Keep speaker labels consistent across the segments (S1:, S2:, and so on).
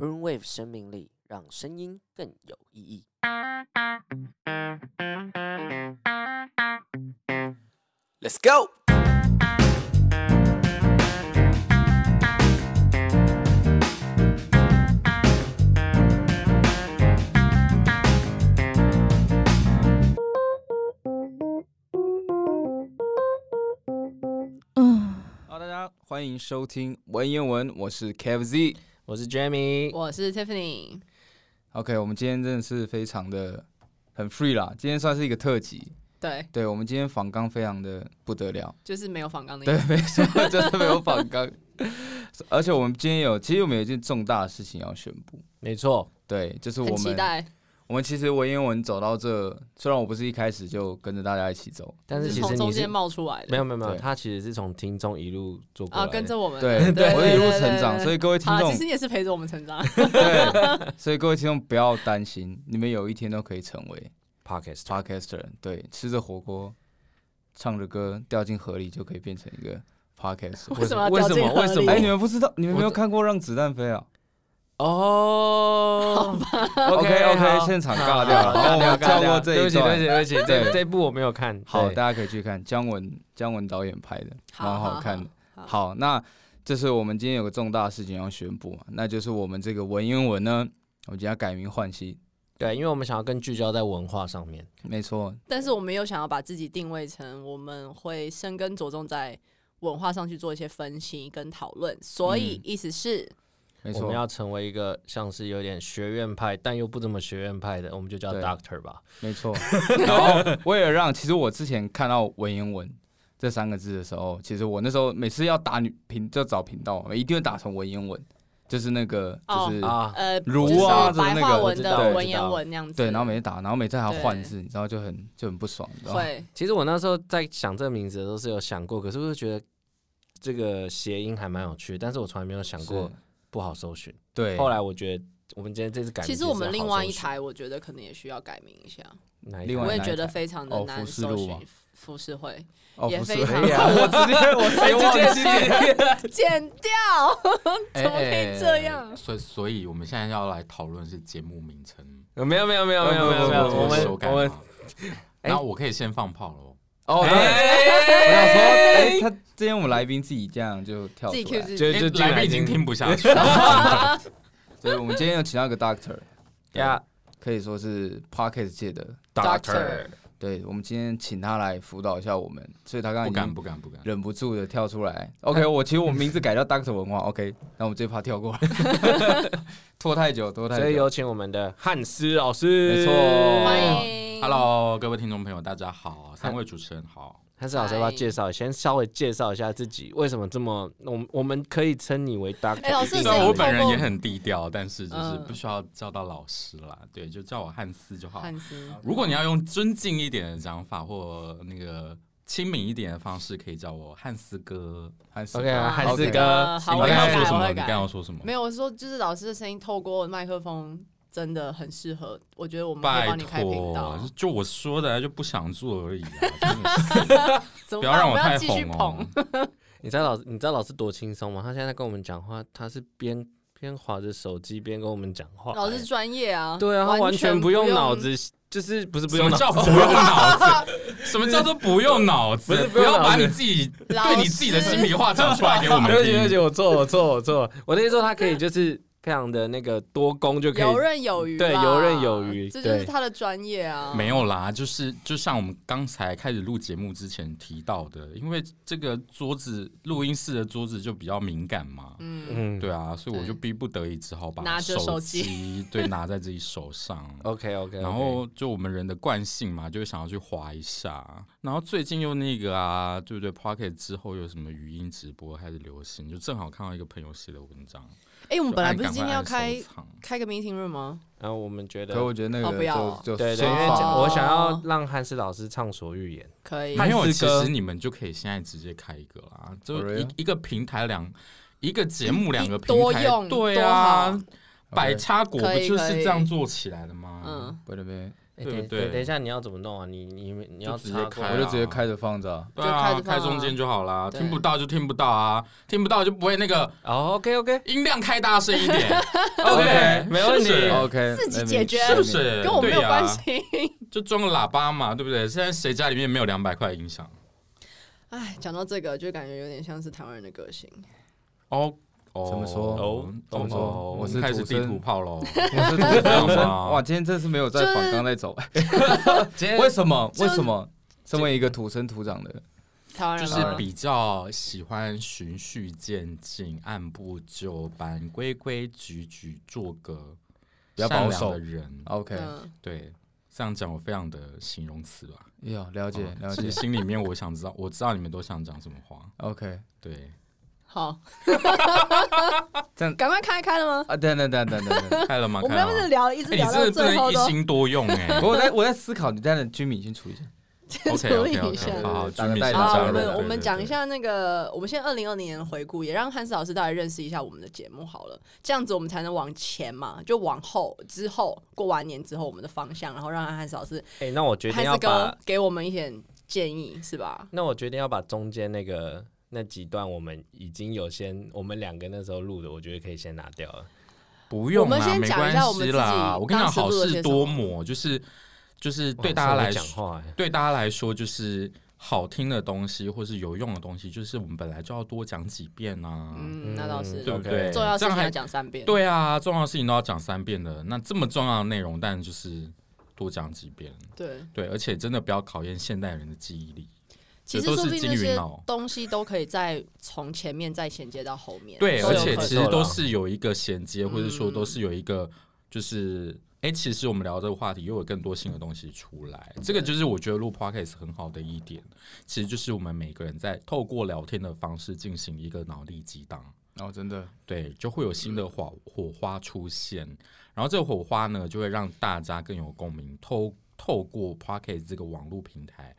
S1: Brainwave 生命力，让声音更有意义。
S2: Let's go！好，大家欢迎收听文言文，我是 Kev Z。
S1: 我是 Jamie，
S3: 我是 Tiffany，
S2: OK，我们今天真的是非常的很 free 啦，今天算是一个特辑。
S3: 对，
S2: 对，我们今天访纲非常的不得了。
S3: 就是没有仿钢的意
S2: 对
S3: 思。，
S2: 没错，就是没有反纲。而且我们今天有，其实我们有一件重大的事情要宣布。
S1: 没错，
S2: 对，就是
S3: 很
S2: 我
S3: 期
S2: 们，
S3: 待，
S2: 我们其实文言文走到这，虽然我不是一开始就跟着大家一起走，
S1: 但是
S3: 是
S1: 其
S3: 从
S1: 实
S3: 中
S1: 你
S3: 间
S1: 是
S3: 冒出来的，
S1: 没有没有没有，
S2: 对
S1: 他其实是从听众一路做过
S3: 啊，
S1: 来的
S3: 跟着我们，
S2: 对，
S3: 对，
S2: 我一路成长，所
S3: 以
S2: 以各位听
S3: 啊，
S2: 众
S3: 其实，你也是陪着我 们成长，
S2: 对，所以各位听众不要担心，你们有一天都可以成为
S1: podcast，
S2: podcaster，对，吃着火锅，唱着歌，掉进河里就可以变成一个 podcaster。
S3: 为什么要
S1: 为
S3: 掉
S1: 什
S3: 进
S1: 么
S3: 河
S1: 为什
S3: 里
S1: 么？
S2: 哎，你们不知道，你们没有
S1: 我
S2: 看过《让子弹飞》啊？
S1: 哦
S2: OK OK，
S1: 好
S2: 现场尬掉了，然后我们跳过这
S1: 对不
S2: 一
S1: 起对
S2: 段
S1: 不起。对不起，
S2: 对
S1: 这这一部我没有看。
S2: 好，
S1: 对，
S2: 大家可以去看姜文姜文导演拍的，蛮好看的。。
S3: 好好，
S2: 好，那就是我们今天有个重大的事情要宣布嘛，那就是我们这个文言文呢，我们今天要改名换姓。
S1: 对，因为我们想要更聚焦在文化上面。
S2: 没错，
S3: 但是我们又想要把自己定位成，我们会深耕着重在文化上去做一些分析跟讨论，所以
S2: 嗯
S3: 意思是，
S2: 没
S1: 我们
S2: 错，
S1: 要成为一个像是有点学院派，但又不怎么学院派的，我们就叫
S2: 对
S1: Doctor 吧。
S2: 没错。 然后为了让，其实我之前看到文言文这三个字的时候，其实我那时候每次要打女频就找频道，我一定会打成文言文，就是那个
S3: 哦
S2: 就是
S1: 啊，
S3: 呃，
S2: 儒
S3: 就是
S2: 啊的那
S3: 白
S2: 个
S3: 话
S2: 我
S3: 文
S1: 知道我
S3: 的
S1: 知
S3: 文言
S1: 道
S3: 文那样子，
S2: 对，然后哦每次打，然后每次还要换
S3: 对
S2: 字，你知道就很就很不爽，你知道吗？
S3: 会
S1: 其实我那时候在想这个名字的时候是有想过，可是我就觉得这个谐音还蛮有趣的，但是我从来没有想过
S2: 是
S1: 不好搜寻。
S2: 对，
S1: 后来我觉得我们今天这次改名字
S3: 其
S1: 是
S3: 实
S1: 好搜寻，
S3: 我们另外一台，我觉得可能也需要改名一下，
S1: 哪一台，
S2: 另外
S3: 我也
S2: 哪一
S3: 觉得
S2: 台
S3: 非常
S2: 哦
S3: 的难
S2: 浮士路
S3: 搜寻
S2: 吗
S3: 浮世绘，
S2: 哦，
S3: 也
S2: 不是，
S3: 非常哎
S2: 哎呀我直接我直接忘记
S3: 剪掉，
S4: 哎
S3: 怎么可以这样
S4: 哎所以，所以我们现在要来讨论是节目名称，
S1: 呃没有没有没有没有没有没有，
S2: 不不不
S1: 我们
S4: 修改
S1: 我们
S4: 吗
S1: 哎
S4: 那我可以先放炮喽。
S2: 哦，
S3: 哎
S2: 对，我想说，哎，他之前我们来宾自己这样就跳
S3: 自己
S2: 出
S3: Q
S2: 来，
S3: 自己。
S1: 就就
S4: 哎
S1: 进
S4: 来
S1: 来
S4: 宾已经听不下去，
S2: 所以我们今天又请到一个 doctor，
S1: 呀
S2: 可以说是 podcast 界的，
S3: Doctor
S2: 对我们今天请他来辅导一下我们，所以他刚刚
S4: 不
S2: 已
S4: 敢
S2: 经
S4: 不敢不敢。
S2: 忍不住的跳出来。OK，我其实我名字改叫 doctor 文化，OK，那我们这趴跳过， 拖太久，拖太久，
S1: 所以有请我们的汉斯老师，
S2: 没错
S3: 欢迎
S4: Hello，各位听众朋友，大家好，三位主持人好。
S1: 汉斯老师要不要介绍？先稍微介绍一下自己，为什么这么我们我们可以称你为 Doctor？
S3: 哎老师
S1: 一定
S4: 虽
S1: 要
S3: 是
S4: 然我
S1: 有
S3: 透过
S4: 本人也很低调，但是就是
S3: 嗯
S4: 不需要叫到老师啦，对，就叫我汉斯就好。
S3: 汉斯，
S4: 如果你要用尊敬一点的讲法或那个亲民一点的方式，可以叫我汉斯哥。
S2: 还是
S1: OK 啊，
S3: 好
S1: 汉斯
S2: OK
S1: 哥，
S3: 好，
S4: 你
S3: 我
S4: 刚
S3: 会改，
S4: 刚要说什
S3: 我
S4: 么？
S3: 会
S4: 你刚刚
S3: 改
S4: 要。说什么
S3: 没？有，我说就是老师的声音透过麦克风真的很适合，我觉得我们可以
S4: 拜
S3: 帮你开频道
S4: 托，。就我说的啊，就不想做而已、啊，真的是
S3: 怎么办？
S4: 不要让
S3: 我们
S4: 太
S3: 要继续
S4: 红哦
S3: 捧。。
S1: 你知道老你知道老师多轻松吗？他现在跟我们讲话，他是边边划着手机边跟我们讲话。
S3: 老师专业啊，
S1: 对啊，他完全
S3: 全
S1: 不用脑，子，就是不是不
S4: 哎什
S1: 用脑
S4: 么
S1: 子，
S4: 叫 不用脑子？什么叫做不用脑
S1: 不是
S4: 子？
S1: 不用
S4: 要
S1: 脑
S4: 把
S1: 子
S4: 你自己
S3: 老
S4: 对你自己的
S3: 师
S4: 心里话讲出来给我 们
S1: 对不起对不起，
S4: 听。
S1: 我错我错我错，我那时候他可以就是非常的那个多功就可以
S3: 游刃有余啦，
S1: 对游刃有余
S3: 这就是
S1: 对
S3: 他的专业啊。
S4: 没有啦，就是就像我们刚才开始录节目之前提到的，因为这个桌子录音室的桌子就比较敏感嘛，
S3: 嗯，
S1: 嗯
S4: 对啊，所以我
S3: 对
S4: 就逼不得已只好把
S3: 拿着手
S4: 手
S3: 机
S4: 机对拿在自己手上。
S1: OK OK，
S4: 然后就我们人的惯性嘛，就会想要去滑一下。然后最近又那个啊，对不对？Pocket 之后又什么语音直播开始流行，就正好看到一个朋友写的文章。
S3: 哎，我
S4: 我
S3: 们本来不是今天要开开个 meeting room 吗？
S1: 然后我们觉
S2: 可我
S1: 得
S2: 觉得那
S3: 哦
S2: 个
S3: 不要
S2: 就就
S1: 对对，
S2: 先
S1: 因为
S2: 放
S1: 讲我想要
S3: 哦
S1: 让汉斯老师畅所欲言，
S3: 可以，
S4: 没有，
S1: 汉哦
S4: 其
S1: 斯哥
S4: 实你们就可以现在直接开一个啦，
S2: For
S4: 就
S2: real？
S4: 一一个平台两一个节目两个平
S3: 多
S4: 台，
S3: 用
S4: 对
S3: 多
S4: 啊
S3: 好，
S4: 百
S2: OK
S4: 叉果
S3: 可
S4: 不
S3: 以
S4: 就
S3: 可
S4: 是
S3: 以
S4: 这样做起来的吗？
S3: 嗯，
S2: 不对不对，
S1: 哎
S4: 对
S1: 等
S4: 不对
S1: 等等一下，你要怎么弄啊？你你你要
S4: 就直接
S1: 插过
S4: 开
S1: 来
S2: 我
S4: 啊
S2: 就直接开着放 着啊、
S4: 对
S3: 开
S4: 啊，
S3: 着放啊
S4: 开中间就好啦，
S1: 对
S4: 听不到就听不到啊，听不到就不会那个
S1: 哦，OK OK
S4: 音量开大声一点
S1: OK，没问题
S4: 是不是
S2: OK，
S3: 自己
S2: let me-
S3: 解决
S4: 是不是？
S2: 啊
S3: 跟我没有
S4: 对呀啊
S3: 关系。
S4: 就装个喇叭嘛，对不对？现在谁家里面没有两百块音响？
S3: 哎，讲到这个，就感觉有点像是台湾人的个性。
S4: 哦哦
S2: 怎么说
S4: 哦，
S2: 怎么说
S4: 哦
S2: 我是
S4: 开始
S2: 土
S4: 地
S2: 生
S4: 图炮 喽。
S2: 我是土生
S4: 这样吗
S2: 哇，今天真是没有在
S3: 就是
S2: 反刚在走，
S4: 今天
S2: 为什么？
S3: 就
S2: 为什么？身为一个土生土长的，
S3: 台 湾
S4: 就
S3: 人
S4: 是
S3: 吗
S4: 比较喜欢循序渐进、按部就班、规规矩矩，做个
S2: 比较保
S4: 善良
S2: 守
S4: 的人。
S2: ，OK，
S3: 嗯，
S4: 对，这样讲我非常的形容词吧。
S2: 有哎了解
S4: 哦
S2: 了
S4: 其
S2: 解
S4: 实心里面我想知道，我知道你们都想讲什么话。
S2: ，OK，，
S4: 对，
S3: 好
S2: 这样
S3: 赶快开开了吗？
S2: 啊，等等等等等等，
S4: 开了吗？
S3: 我
S4: 开
S3: 们要
S4: 了
S3: 不是
S4: 吗？
S3: 聊，一直
S4: 哎你
S3: 聊
S4: 真
S3: 到
S4: 的不
S3: 最
S4: 能
S3: 后
S4: 一
S3: 都
S4: 心多 用 哎、
S2: 我在我在思考，你等等居民先处理一下，
S3: 处理一
S4: OK，OK，OK，
S3: 下。
S4: 好好，
S2: 对
S4: 居民
S2: 对对
S4: 先
S2: 大家
S3: 好，
S4: 加
S3: 我
S4: 入。
S3: 们
S4: 对
S3: 我们讲一。
S4: 对对
S3: 下那个，我们先二零二零年的回顾，也让汉斯老师大概认识一下我们的节目好了，这样子我们才能往前嘛，就往后之后过完年之后我们的方向，然后让汉斯老师
S1: 哎、那我决定
S3: 汉
S1: 要
S3: 斯
S1: 把
S3: 哥，给我们一点建议，是吧？
S1: 那我决定要把中间那个那几段我们已经有先，我们两个那时候录的，我觉得可以先拿掉了。
S4: 不用
S3: 我们
S4: 啦，
S3: 先
S4: 没
S3: 讲一
S4: 关
S3: 下我们
S4: 系啦。
S3: 自己
S4: 我跟你
S3: 当
S4: 讲，
S3: 时录
S4: 好
S3: 了些
S4: 事
S3: 什么
S4: 多磨，就是就是
S1: 哇
S4: 对大家来
S1: 这
S4: 说
S1: 么会讲，话、哎
S4: 对大家来说，就是好听的东西或是有用的东西，就是我们本来就要多讲几遍啊，
S3: 嗯，那倒是
S1: 嗯
S4: 对不
S1: OK
S4: 对？
S3: 重要事
S4: 这
S3: 情
S4: 样
S3: 要
S4: 还
S3: 讲三遍，
S4: 对啊，重要的事情都要讲三遍的。那这么重要的内容，当然就是多讲几遍。
S3: 对。
S4: 对，而且真的不要考验现代人的记忆力。
S3: 其实
S4: 都
S3: 说
S4: 是
S3: 不定
S4: 金
S3: 那
S4: 鱼
S3: 些
S4: 脑
S3: 东西都可以再从前面再衔接到后面。
S4: 对，
S3: 都
S4: 而
S3: 有
S4: 且
S3: 可能
S4: 其
S1: 受
S4: 实
S1: 了
S4: 都是有一个衔接，或者说
S3: 嗯
S4: 都是有一个就是。哎、其实我们聊这个话题，又有更多新的东西出来。这个就是我觉得录 podcast 很好的一点，其实就是我们每个人在透过聊天的方式进行一个脑力激荡。
S2: 哦，真的，
S4: 对，就会有新的火火花出现，然后这个火花呢，就会让大家更有共鸣，透透过 Pocket 这个网络平台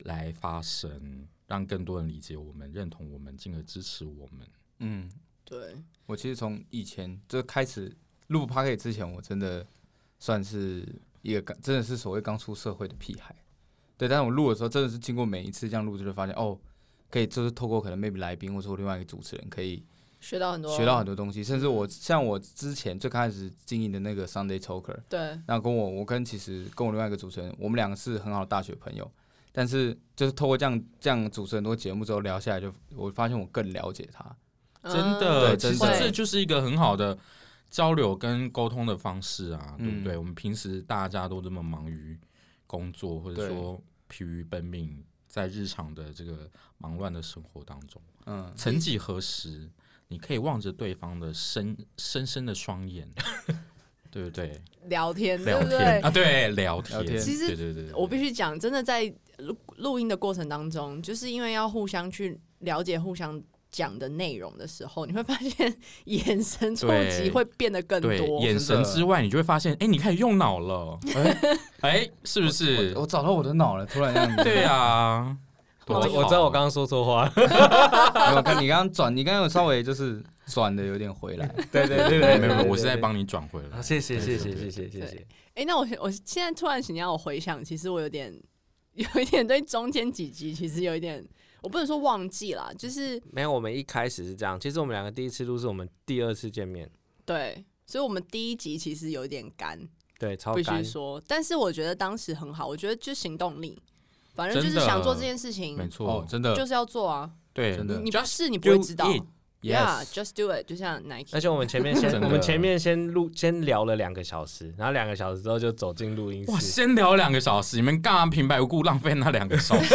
S4: 来发声，让更多人理解我们、认同我们，进而支持我们。
S2: 嗯，
S3: 对，
S2: 我其实从以前就开始录 p o c k e t 之前，我真的算是一个刚真的是所谓刚出社会的屁孩。对，但是我录的时候真的是经过每一次这样录制，就发现哦，可以就是透过可能 maybe 来宾或者说另外一个主持人，可以
S3: 学到很多，
S2: 学到很多东西。甚至我像我之前最开始经营的那个 Sunday Talker，
S3: 对，
S2: 那跟我我跟其实跟我另外一个主持人，我们两个是很好的大学朋友。但是就是透过这样这样主持很多节目之后聊下来就，我发现我更了解他。
S3: 嗯
S4: 真
S2: 对
S4: 的，其实
S2: 真的
S4: 这就是一个很好的交流跟沟通的方式啊，对
S2: 嗯
S4: 不对？我们平时大家都这么忙于工作，或者
S2: 对
S4: 说疲于奔命，在日常的这个忙乱的生活当中。
S2: 嗯，
S4: 曾几何时，你可以望着对方的深深深的双眼，对不对？
S3: 聊天，对
S4: 聊
S3: 不
S4: 天
S3: 对？
S4: 啊，对，聊天。
S2: 聊天
S3: 其实
S4: 对对对对，
S3: 我必须讲，真的在录录音的过程当中，就是因为要互相去了解互相讲的内容的时候，你会发现 眼神触及
S4: 对
S3: 会变得更
S4: 对
S3: 多。
S4: 眼神之外，你就会发现，哎，你开始用脑了，哎，是不是
S2: 我？我找到我的脑了，突然这样子。
S4: 对啊，
S1: 我
S4: 多好
S1: 我知道我刚刚说错话了，
S2: 没有，看你刚刚转，你刚刚有稍微就是转的有点回来。
S1: 对对对
S4: 没有没有没有，我是在。帮你转回
S1: 好，
S4: 来。
S1: 谢谢谢谢谢
S4: 对
S1: 谢
S4: 对
S1: 谢
S3: 对
S1: 谢。
S3: 哎、那我现我现在突然想要我回想，其实我有点 有一点对中间几集其实有一点，我不能说忘记啦，就是
S1: 没有，我们一开始是这样。其实我们两个第一次录是我们第二次见面，
S3: 对，所以我们第一集其实有一点干，
S1: 对，超
S3: 必
S1: 干
S3: 须。说，但是我觉得当时很好，我觉得就行动力，反正就
S4: 真
S3: 是
S4: 的
S3: 想做这件事
S4: 没嗯
S3: 情，
S1: 哦
S4: 错，
S2: 真的
S3: 就是要做啊，
S4: 对，
S2: 真
S3: 你
S2: 的
S3: 你不试你不会知道。
S2: Yes，
S3: Yeah，just do it，就像 Nike。
S1: 而且我们前面先，
S4: 真
S1: 我
S4: 的
S1: 们前面先录，先聊了两个小时，然后两个小时之后就走进录音
S4: 哇，
S1: 室。
S4: 先聊两个小时，你们干嘛平白无故浪费那两个小 时？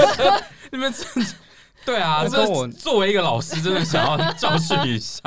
S4: 你们真的对啊，
S2: 那
S4: 这
S2: 跟我
S4: 作为一个老师，真的想要教训一下，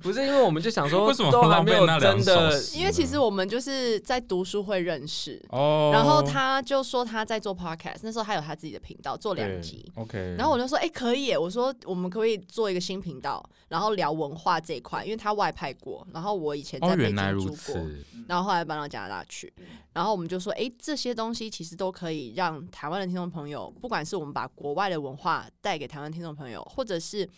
S1: 不是因为我们就想说，
S4: 为什么
S1: 都还
S4: 浪
S1: 没
S4: 费
S1: 有
S4: 那两
S1: 真
S4: 个小
S1: 的
S4: 时呢？
S3: 因为其实我们就是在读书会认识，
S4: 哦
S3: 然后他就说他在做 podcast，那时候他有他自己的频道，做两集。
S4: ，OK，
S3: 然后我就说，哎、可以耶，我说我们可不可以做一个新频道，然后聊文化这一块，因为他外派过，然后我以前
S4: 哦，
S3: 在北
S4: 原来
S3: 京
S4: 如
S3: 住过，
S4: 此，
S3: 然后后来搬到加拿大去，然后我们就说，哎、这些东西其实都可以让台湾的听众朋友，不管是我们把国外的文化带给台湾听众朋友，或者是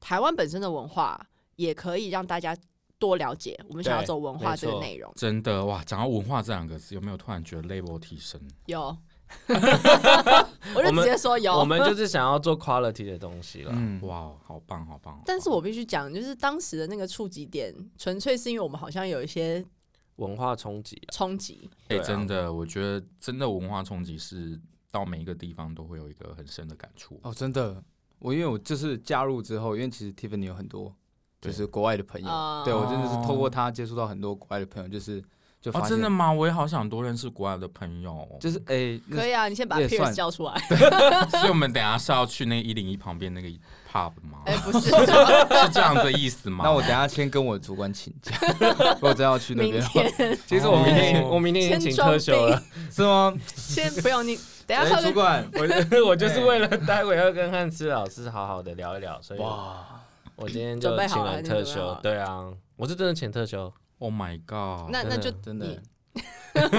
S3: 台湾本身的文化，也可以让大家多了解我们想要
S1: 对
S3: 走文化这
S1: 没
S3: 个
S1: 错
S3: 内容。
S4: 真的哇，讲到文化这两个字，有没有突然觉得 level 提升？
S3: 有，我就
S1: 我们
S3: 直接说有。
S1: 我们 就是想要做 quality 的东西了。
S2: 嗯，
S4: 哇，好棒，好棒！好棒
S3: 但是我必须讲，就是当时的那个触及点，纯粹是因为我们好像有一些
S1: 文化冲击啊，
S3: 冲击，
S4: 哎、
S1: 对啊
S4: 真的，我觉得真的文化冲击是到每一个地方都会有一个很深的感触。
S2: 哦，真的，我因为我就是加入之后，因为其实 Tiffany 有很多就
S4: 对
S2: 是国外的朋友，
S3: 啊
S2: 对我真的是透过
S4: 哦
S2: 他接触到很多国外的朋友，就是就发
S4: 哦，
S2: 现、
S4: 真的吗？我也好想多认识国外的朋友。哦
S2: 就是哎、那
S3: 可以啊，你先把
S2: 也
S3: Pierce
S2: 算
S3: 叫 出来。
S4: 所以我们等一下是要去那一零一旁边那个 pub 吗？
S3: 哎、不 是，
S4: 是这样子的意思吗？
S2: 那我等一下先跟我主管请 假，如果真要去那
S3: 明
S2: 边的话，
S3: 天
S1: 其实我明天
S4: 哦
S1: 我明天已经
S3: 先
S1: 请
S3: 装
S1: 特休
S3: 病
S1: 了，，
S2: 是吗？
S3: 先不 用你，等一下
S2: 哎，
S3: 他
S2: 主
S3: 们
S2: 管，
S1: 我我就是为了待会要跟汉斯老师好好的聊一聊，所以
S2: 哇，
S1: 我今天
S3: 准
S1: 就
S3: 备好
S1: 请
S3: 了
S1: 了
S3: 你
S1: 特
S3: 准备好
S1: 休
S3: 了。
S1: 对啊，我是真的请特休，
S4: Oh my god！
S3: 那那就
S2: 真的。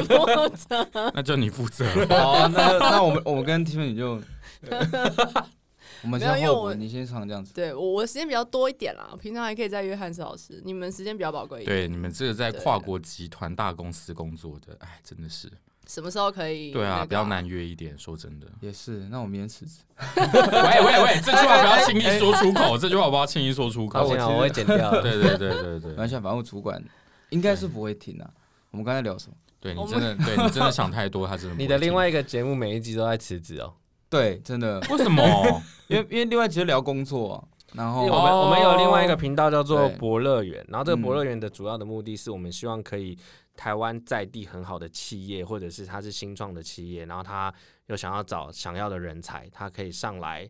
S3: 摸着。
S4: 那就你负责。
S2: 好，那那我们我们跟 Tiffany 就，我们
S3: 没有因
S2: 先
S3: 为
S2: 候
S3: 我
S2: 补，你先唱这样子。
S3: 对我我时间比较多一点啦，平常还可以再约汉斯老师。你们时间比较宝贵一点，
S4: 对，你们这个在
S3: 对
S4: 跨国集团大公司工作的，哎，真的是。
S3: 什么时候可以？
S4: 对啊，比
S3: 较
S4: 较
S3: 难。
S4: 难约一点。说真的，
S2: 也是，那我明天辞职。
S4: 喂喂喂，这句话不要轻易说出口，这句话不要轻易说出
S1: 抱
S4: 口
S1: 歉。啊，
S2: 其实
S1: 我会剪掉的。
S4: 对对对对
S2: 没关
S4: 对，
S2: 系，反正我主管应该是不会听啊。我们刚才聊什么？
S4: 对
S3: 我
S4: 你
S3: 们
S4: 真的，对你真的想太多，他真的不会
S1: 你的另外
S4: 听
S1: 一个节目每一集都在辞职哦，
S2: 对，真的，
S4: 为什么？
S2: 因为因为另外其实聊工作啊，然
S1: 因
S2: 后
S1: 为我们
S4: 哦
S1: 我们有另外一个频道叫做
S2: 对
S1: 博乐园，然后这
S2: 嗯
S1: 个博乐园的主要的目的是我们希望可以台湾在地很好的企业，或者是它是新创的企业，然后他有想要找想要的人才，他可以上来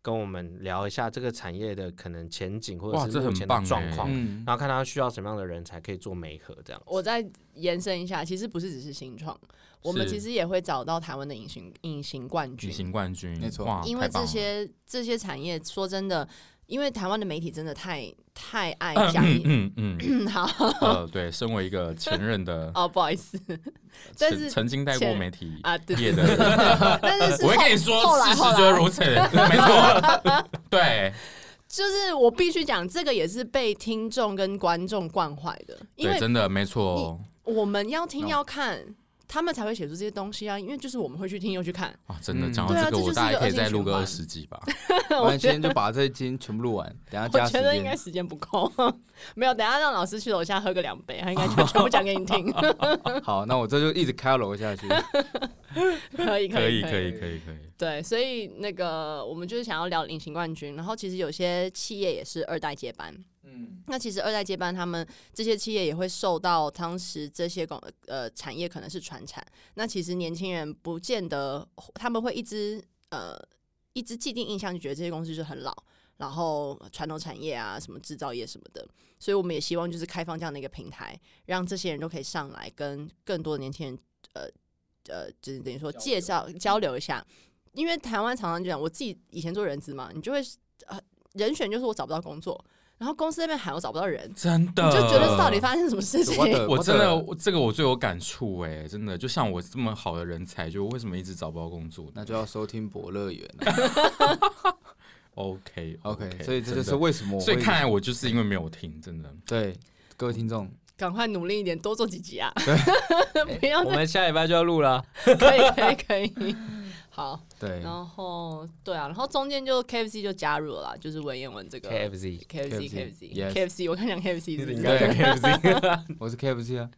S1: 跟我们聊一下这个产业的可能前景或
S4: 哇
S1: 者是
S4: 这
S1: 目
S4: 很
S1: 前
S4: 棒
S1: 的
S4: 欸
S1: 状况，
S2: 嗯，
S1: 然后看他需要什么样的人才可以做媒合这样子。
S3: 我再延伸一下，其实不是只是新创，我们
S4: 是
S3: 其实也会找到台湾的隐形隐形冠
S4: 举
S3: 军，
S4: 行冠军，
S2: 没错
S4: 哇
S3: 因为
S4: 哦太棒
S3: 这
S4: 了
S3: 些这些产业，说真的，因为台湾的媒体真的太太爱讲
S4: 嗯嗯， 嗯
S3: 嗯好
S4: 呃，对，身为一个前任的
S3: 哦，不好意思但是
S4: 曾曾经带过
S3: 前
S4: 媒体
S3: 啊，对，
S4: 业的，
S3: 但 是是
S4: 我会
S3: 后
S4: 跟你说
S3: 后，来
S4: 事
S3: 后来
S4: 实就是如 此，没错，对，
S3: 就是我必须讲，这个也是被听众跟观众惯坏的，因
S4: 对，
S3: 为
S4: 真的没错
S3: 我们要听
S2: 哦
S3: 要看。他们才会写出这些东西啊，因为就是我们会去听又去看，
S4: 啊，真的
S2: 嗯
S4: 讲
S3: 对啊
S4: 到这
S3: 这
S4: 个，
S3: 就是
S4: 我大
S3: 一个
S4: 概可以
S3: 恶
S4: 再
S3: 性
S4: 录
S3: 循
S4: 个
S3: 环
S4: 二十集吧，
S2: 我
S3: 我
S2: 们
S3: 觉
S2: 今
S3: 得
S2: 天就把这一集全部录完，等一
S3: 我
S2: 下加
S3: 觉得
S2: 时
S3: 应该
S2: 间。
S3: 时间不够， 没有，等一下让老师去楼下喝个两杯，他应该就 全部讲给你听。
S2: 好，那我这就一直开楼下去。
S3: 可以，
S4: 可
S3: 以，
S4: 可
S3: 可
S4: 以，可以，可以，
S3: 对，所以那个我们就是想要聊隐形冠军，然后其实有些企业也是二代接班。
S2: 嗯，
S3: 那其实二代接班，他们这些企业也会受到当时这些公呃产业可能是传产，那其实年轻人不见得他们会一直呃一直既定印象就觉得这些公司就是很老，然后传统产业啊什么制造业什么的，所以我们也希望就是开放这样的一个平台，让这些人都可以上来跟更多的年轻人呃呃，就是等于说介绍交流一下，因为台湾常常就讲，我自己以前做人资嘛，你就会呃人选就是我找不到工作，然后公司那边喊我找不到人，
S4: 真的，
S3: 你就觉得到底发生什么事情？
S2: 我的
S4: 我真的，我这个我最有感触哎、真的，就像我这么好的人才，就为什么一直找不到工作呢？
S2: 那就要收听博乐园了。
S4: OK
S2: OK，所以这就是
S4: 真的
S2: 为什么我
S4: 所以
S2: 会
S4: 看来我就是因为没有听，真的。
S2: 对各位听众，
S3: 赶快努力一点，多做几集啊！不要
S1: 我
S3: 再
S1: 们下礼拜就要 录了，
S3: 可以可以可以，好，
S2: 对
S3: 然后对啊，然后中间就 KFC 就加入了啦，就是文言文这
S2: 啊
S3: 个
S1: KFC
S3: KFC
S2: KFC
S3: KFC KFC，我刚讲 KFC 是不
S1: 你
S3: 是
S1: 刚刚讲 KFC。
S2: 我是 KFC 啊，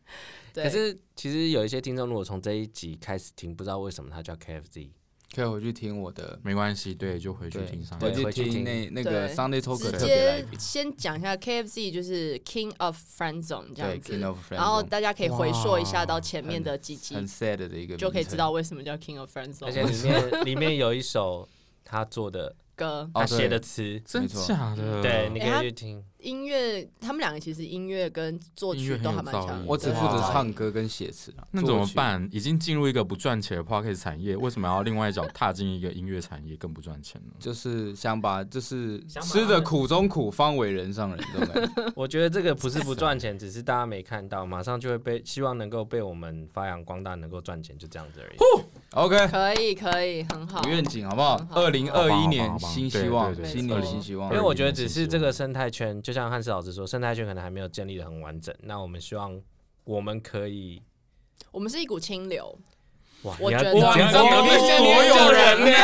S1: 可
S3: 对，
S1: 是其实有一些听众如果从这一集开始听，不知道为什么它叫 KFC。
S2: 可以回去听我的，
S4: 没关系，对，就回去
S2: 对
S4: 听上
S1: 对
S4: 面。
S2: 回
S1: 回
S2: 去
S1: 去
S2: 听
S1: 听
S2: 那那个
S3: 对
S2: Sunday Talk
S3: 直
S2: 特别来
S3: 接
S2: 宾，
S3: 先讲一下 KFC 就是 King of Friend Zone 这
S2: 对
S3: 样子
S2: King of Friends，
S3: 然后大家可以回溯一下
S4: 哇
S3: 到前面的几集
S2: 很，sad 的一个名称，
S3: 就可以知道为什么叫 King of
S2: 哦
S3: Friends
S1: 而且
S3: Zone
S1: 里面里面有一首他做的
S3: 歌。
S2: 哦
S1: 他
S2: 对嗯
S1: 写的词，
S4: 真
S2: 没错
S4: 假的？
S1: 对，你可
S3: 他
S1: 以去听。
S3: 音乐，他们两个其实音乐跟作
S4: 音乐
S3: 曲
S4: 很
S3: 都
S4: 有
S3: 还蛮
S4: 造
S3: 强的。
S4: 诣
S2: 我只负责
S1: 哇
S2: 唱歌跟写词啊，
S4: 那怎么
S2: 作曲？
S4: 办？已经进入一个不赚钱的 p o c k e t 产业，为什么要另外一脚踏进一个音乐产业更不 赚钱呢？
S2: 就是想把，就是
S1: 想把
S2: 吃的苦中苦，方为人上人，这种 感觉。
S1: 我觉得这个不是不赚钱，只是大家没看到，马上就会被希望能够被我们发扬光大，能够赚钱，就这样子而已。
S2: OK，
S3: 可以可以，很好
S2: 有。愿景好不好
S3: 很？好
S2: 二零
S4: 好
S2: 二
S4: 棒
S2: 一
S4: 好
S2: 年
S4: 棒好棒
S2: 新
S4: 对
S2: 希
S4: 对
S2: 望，
S4: 对
S3: 对
S2: 新
S3: 没
S2: 年
S3: 错
S2: 新希望
S1: 因为。我觉得只
S4: 二零一
S1: 是
S4: 七
S1: 这个生态圈，就像汉斯老师说，生态圈可能还没有建立的很完整。那我们希望我们可以
S3: 我们是一股清流，
S1: 哇，
S3: 我
S1: 你要
S3: 觉得
S1: 你要
S3: 哇
S1: 得
S3: 你知道
S1: 罪
S3: 得罪
S1: 所有人呢、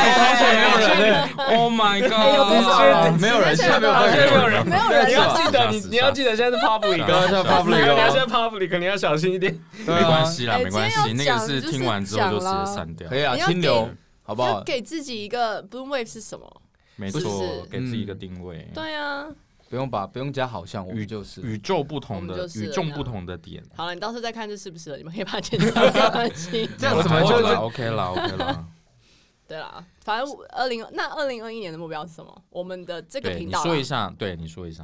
S4: Oh
S2: 哎
S4: my
S3: 多少人
S4: god！
S2: 没有人，现在没有
S1: 好像没有
S2: 人，
S1: 人
S3: 没有
S1: 你
S3: 人
S1: 要记得
S4: 吓
S1: 你
S4: 死吓死
S1: 你要记得现在是 public，
S4: 吓
S2: 刚刚
S1: 哦
S2: 啊在
S4: 吓死
S2: public 哦，
S1: 你 要现在 public，你要小心一点。
S2: 对啊
S4: 没关，系啦，
S3: 哎
S4: 没关系，
S3: 今
S4: 那
S3: 天要
S4: 个是
S3: 讲
S4: 听完之后就
S3: 就是
S4: 直
S3: 讲
S4: 接
S3: 啦
S4: 删掉
S2: 可，以啊，
S3: 你要
S2: 清流
S3: 给
S2: 好不
S3: 就
S2: 好？
S3: 给自己一个 blue wave 是什么？
S4: 没
S3: 是不是
S4: 错，给自己一个
S2: 嗯
S4: 定位。
S3: 对啊，
S2: 不用把不用加好像，我们就是
S4: 宇宙不同
S3: 我们
S4: 的
S3: 就是
S4: 与
S3: 了
S4: 众
S3: 呀
S4: 不同的点，
S3: 好了，你到时候再看这是不是了，你们可以把它剪掉，没关系。
S2: 这样子嘛
S4: 没有
S2: 就是
S4: 啦 OK 啦 OK 啦。
S3: 对啦，反正二零那二零二一年的目标是什么？我们的这个
S4: 对，
S3: 频
S4: 你
S3: 道啦
S4: 说一下，对你说一下，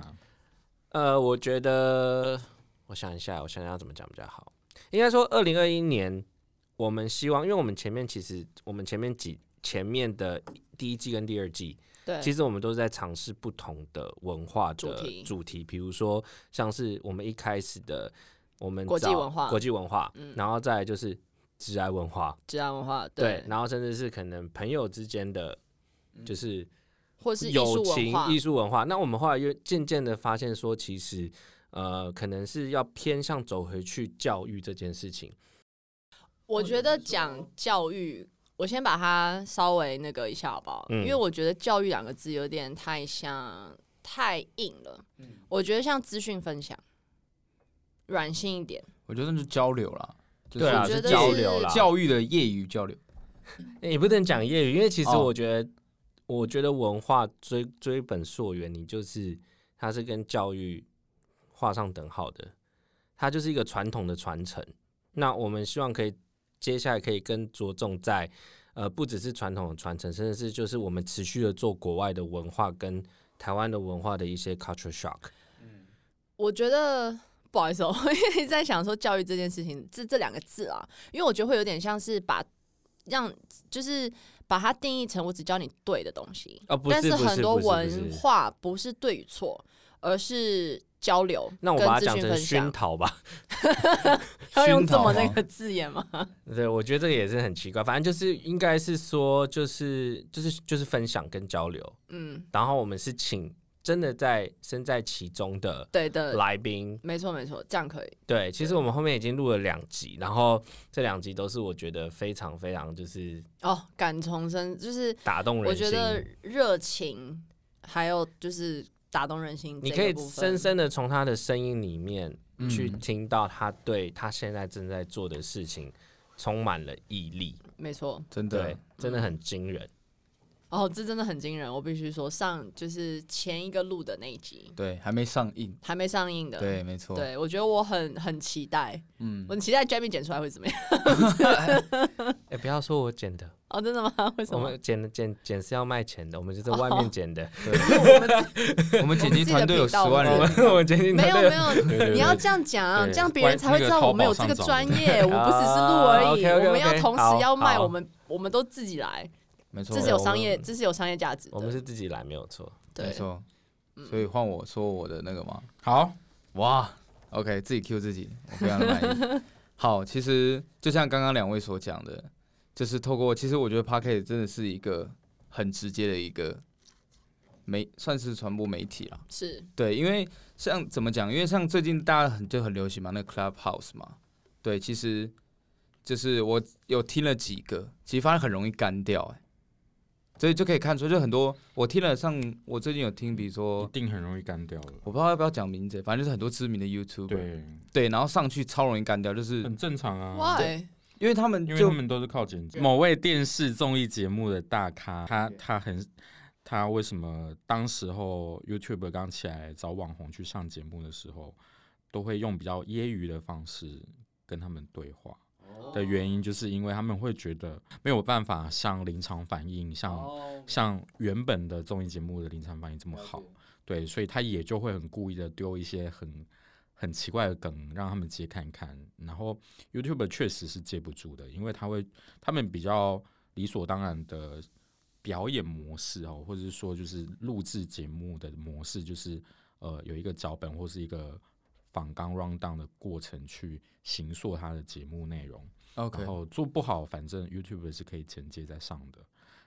S1: 呃，我觉得，我想一下，我想想要怎么讲比较好。应该说，二零二一年，我们希望，因为我们前面其实，我们前面几前面的第一季跟第二季，
S3: 对，
S1: 其实我们都是在尝试不同的文化
S3: 主
S1: 的
S3: 题
S1: 主题，比如说像是我们一开始的我们
S3: 国际
S1: 找
S3: 文化
S1: 国际文化，
S3: 嗯
S1: 然后再来就是直癌文化，
S3: 治安文化
S1: 对，然后甚至是可能朋友之间的，就是
S3: 或嗯是艺
S1: 友
S3: 术文
S1: 情
S3: 化，
S1: 艺术文化。那我们后来又渐渐的发现说，其实呃，可能是要偏向走回去教育这件事情。
S3: 我觉得讲教育，我先把它稍微那个一下好不好？
S1: 嗯
S3: 因为我觉得教育两个字有点太像太硬了。我觉得像资讯分享，软性一点。
S2: 我觉得那是交流啦，就是
S3: 啊
S1: 啊，
S3: 我觉
S1: 是
S3: 得
S1: 交
S3: 是
S1: 流啦。
S2: 教育的业余交流。
S1: 也不能讲业余，因为其实
S2: 哦
S1: 我觉得，我觉得文化追追本溯源，你就是它是跟教育画上等号的，它就是一个传统的传承。那我们希望可以接下来可以更着重在，呃，不只是传统的传承，甚至是就是我们持续的做国外的文化跟台湾的文化的一些 culture shock。
S3: 我觉得不好意思、哦， 我一直在想说教育这件事情，这这两个字啊，因为我觉得会有点像是把让就是把它定义成我只教你对的东西，
S1: 啊，不
S3: 但
S1: 是不
S3: 很
S1: 是
S3: 多
S1: 不是不
S3: 文
S1: 是，
S3: 化不是对与错，而是交流
S1: 那
S3: 跟
S1: 我把它
S3: 资
S1: 讲
S3: 讯
S1: 成
S3: 分
S1: 熏
S3: 享。
S1: 陶吧。
S3: 要用
S2: 熏
S3: 这
S2: 陶
S3: 么那
S2: 吗
S3: 个字眼吗？
S1: 对，我觉得这个也是很奇怪。反正就是应该是说，就是就是就是分享跟交流。
S3: 嗯，
S1: 然后我们是请真的在身在其中的
S3: 对的，
S1: 来宾。
S3: 没错没错，这样可以。
S1: 对，其实我们后面已经录了两集，然后这两集都是我觉得非常非常就是
S3: 哦，感同身就是
S1: 打动
S3: 我
S1: 人
S3: 觉
S1: 心。
S3: 得热情，还有就是打动人心这
S1: 你
S3: 个
S1: 可以
S3: 部分，
S1: 深深的从他的声音里面
S2: 嗯
S1: 去听到他对他现在正在做的事情充满了毅力，
S3: 没错。
S2: 真
S1: 对
S2: 的，，
S1: 真的很惊人。
S3: 哦，这真的很惊人，我必须说，上就是前一个录的那一集
S2: 对，还没上映。
S3: 还没上映的，
S2: 对，没错。
S3: 对，我觉得我很很期待，
S2: 嗯
S3: 我，很期待 Jamie 剪出来会怎么样。
S1: 哎，不要说我剪的，
S3: 哦，真的吗？ 为什
S1: 我
S3: 么？
S1: 们剪剪剪是要卖钱的，我们就在外面剪的。
S2: 我们剪辑团队有十万
S3: 我
S2: 人
S3: 们，
S1: 我们剪辑
S3: 没
S1: 团队
S3: 有没有，
S4: 对对对
S3: 你要这样讲，啊
S4: 对
S3: 这样别人才会知道我们有这个专业，我
S1: 淘宝
S3: 不只是录
S1: 上
S3: 而已，
S1: 啊，OK，OK，OK，
S3: 我们要同
S1: 好
S3: 时要卖，
S1: 好
S3: 我们我们都自己来，
S2: 没错
S3: 这，是有商
S1: 我
S3: 业，
S1: 们
S3: 这是有商业价值
S1: 我们
S3: 的。
S1: 是自己来，没有错。
S2: 没
S3: 对，
S2: 错。所以换我说我的那个嘛，
S4: 好，
S2: 哇，OK，自己 Q 自己，我非常的满意。好，其实就像刚刚两位所讲的，就是透过，其实我觉得 p a c k e t 真的是一个很直接的一个媒，算是传播媒体啦。
S3: 是
S2: 对，因为像怎么讲？因为像最近大家很就很流行嘛，那个 Clubhouse 嘛。对，其实就是我有听了几个，其实发现很容易干掉、欸，所以就可以看出，就很多我听了像我最近有听，比如
S4: 一
S2: 说
S4: 定很容易干掉了。
S2: 我不知道要不要讲名字，反正就是很多知名的 YouTube，
S4: 对，
S2: 对，然后上去超容易干掉，就是
S4: 很正常啊。
S3: why？
S2: 因为他们
S4: 因为
S2: 就
S4: 他们都是靠剪辑。某位电视综艺节目的大咖，他他很他为什么当时候 YouTube 刚起来找网红去上节目的时候，都会用比较揶揄的方式跟他们对话。的原因就是因为他们会觉得没有办法像临场反应，像、像原本的综艺节目的临场反应这么好，对，所以他也就会很故意的丢一些很很奇怪的梗，让他们接看看。然后 YouTube 确实是接不住的，因为他会他们比较理所当然的表演模式哦，或者是说就是录制节目的模式，就是呃有一个脚本或是一个访刚 round down 的过程去形塑他的节目内容。
S2: OK，
S4: 然后做不好，反正 YouTube 是可以衔接在上的。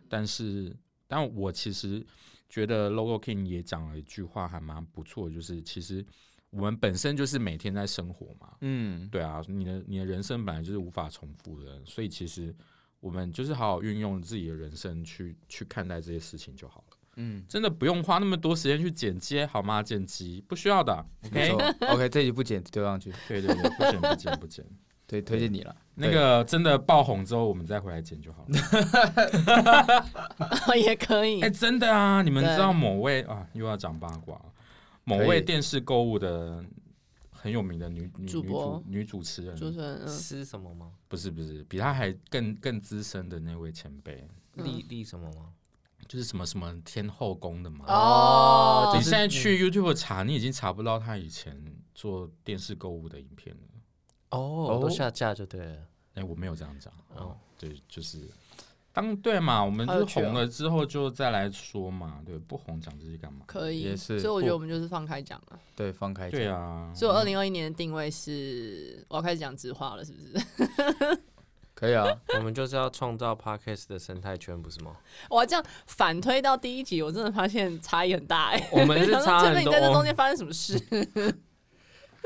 S4: 但是，但我其实觉得 Logo King 也讲了一句话还蛮不错，就是其实我们本身就是每天在生活嘛，
S2: 嗯，
S4: 对啊，你的你的人生本来就是无法重复的，所以其实我们就是好好运用自己的人生去去看待这些事情就好了。
S2: 嗯，
S4: 真的不用花那么多时间去剪接，好吗？剪辑不需要的。
S2: 没
S4: OK，
S2: 错。OK，这一集不剪丢上去，
S4: 对对对，不剪不剪不 剪。
S2: 对，推荐你了。
S4: 那个真的爆红之后，我们再回来剪就好了。
S3: 也可以
S4: 哎、。真的啊！你们
S3: 对
S4: 知道某位啊，又要讲八卦了，某
S2: 可
S4: 位
S2: 以
S4: 电视购物的很有名的女女
S3: 主
S4: 女
S3: 播
S4: 主女主持
S3: 主持
S4: 人，
S3: 人，嗯
S1: 吃什么吗？
S4: 不是不是，比她还更更资深的那位前辈，
S3: 嗯
S1: 立立什么吗？
S4: 就是什么什么天后宫的嘛。
S3: 哦
S4: 你
S1: 就是
S4: 现在去 YouTube 查，你已经查不到她以前做电视购物的影片了。
S1: 哦，
S2: 哦
S1: 都下架就对了。
S4: 哎、我没有这样讲。
S1: 哦
S4: 哦，对，就是当对嘛，我们
S3: 好有
S4: 是
S3: 趣哦
S4: 红了之后就再来说嘛，对，不红讲这些干嘛？
S3: 可以
S2: 也。是
S3: 所以我觉得
S2: 不
S3: 我们就是放开讲了。
S2: 对，放开。
S4: 对，啊，
S3: 所以我二零二一年的定位是，我要开始讲直话了，是不是？
S2: 可以啊。
S1: 我们就是要创造 podcast 的生态圈，不是吗？
S3: 哇，这样反推到第一集，我真的发现差异很大哎、
S1: 我 们是差
S3: 这边
S1: 很
S3: 你
S1: 多
S3: 在。这中间发生什么事？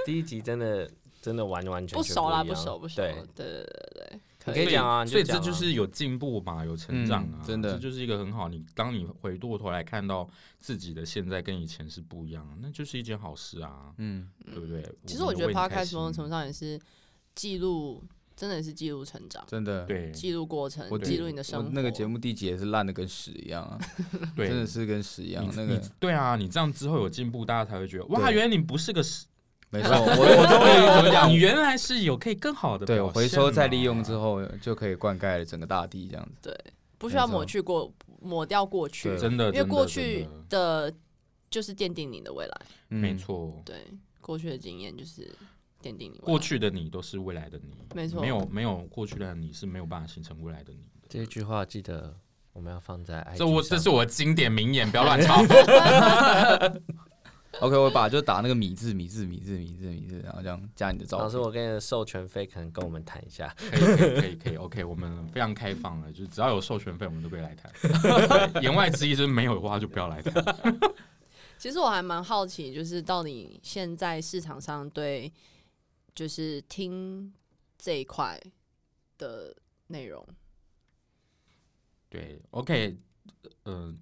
S1: 第一集真的真的完完全全
S3: 不熟啦，
S1: 一
S3: 不
S1: 样
S3: 熟，不熟。对
S1: 对，
S3: 对对对，
S1: 你
S3: 可
S1: 可
S3: 以
S1: 以讲啊，你
S4: 所以
S1: 讲
S4: 这
S1: 啊
S4: 就是有进步嘛，有成长啊，
S2: 嗯真的
S4: 这就是一个很好。你当你回过头来看到自己的现在跟以前是不一样，那就是一件好事啊，
S2: 嗯，
S4: 对不对？
S3: 其实我觉得 podcast 某种程度
S4: 上，
S3: 上也是记录，真的也是记录成长，
S2: 真的。
S4: 对
S3: 记录过程
S2: 我，
S3: 记录你的生
S2: 我
S3: 活。
S2: 那个节目第几也是烂的跟屎一样啊，
S4: 对，
S2: 真的是跟屎一样
S4: 你。
S2: 那
S4: 你
S2: 个
S4: 对啊，你这样之后有进步，大家才会觉得哇，
S2: 对
S4: 原来你不是个死，
S2: 没错，我我终于怎么讲
S4: 你？原来是有可以更好的
S2: 对，
S4: 表
S2: 我回
S4: 现
S2: 收再
S4: 嘛
S2: 利用之，后就可以灌溉了整个大地，这样子。
S3: 不需要
S2: 没错
S3: 抹去过，抹掉过去，
S2: 对
S4: 真的，
S3: 因为
S4: 真的
S3: 过去嗯
S4: 真的
S3: 的就是奠定你的未来。
S2: 嗯
S4: 没，错，
S3: 对，过去的经验就是奠定你未来
S4: 过。去的你都是未来的你，
S3: 没错
S4: 没有没有过去的你是没有办法形成未来的你。
S1: 这一句话，记得我们要放在 IG
S4: 这我
S1: 上
S4: 这是我经典名言，不要乱抄。
S2: OK，我把就打那个米字米字米字米字米字，然后这样加你的照
S1: 老
S2: 片。
S1: 师，我跟你的授权费可能跟我们谈一下。
S4: 可以可以可以可以，OK，我们非常开放了，就是只要有授权费，我们都可以来谈。对言外之意就是没有的话就不要来谈。
S3: 其实我还蛮好奇，就是到底现在市场上对就是听这一块的内容，
S4: 对，OK，呃，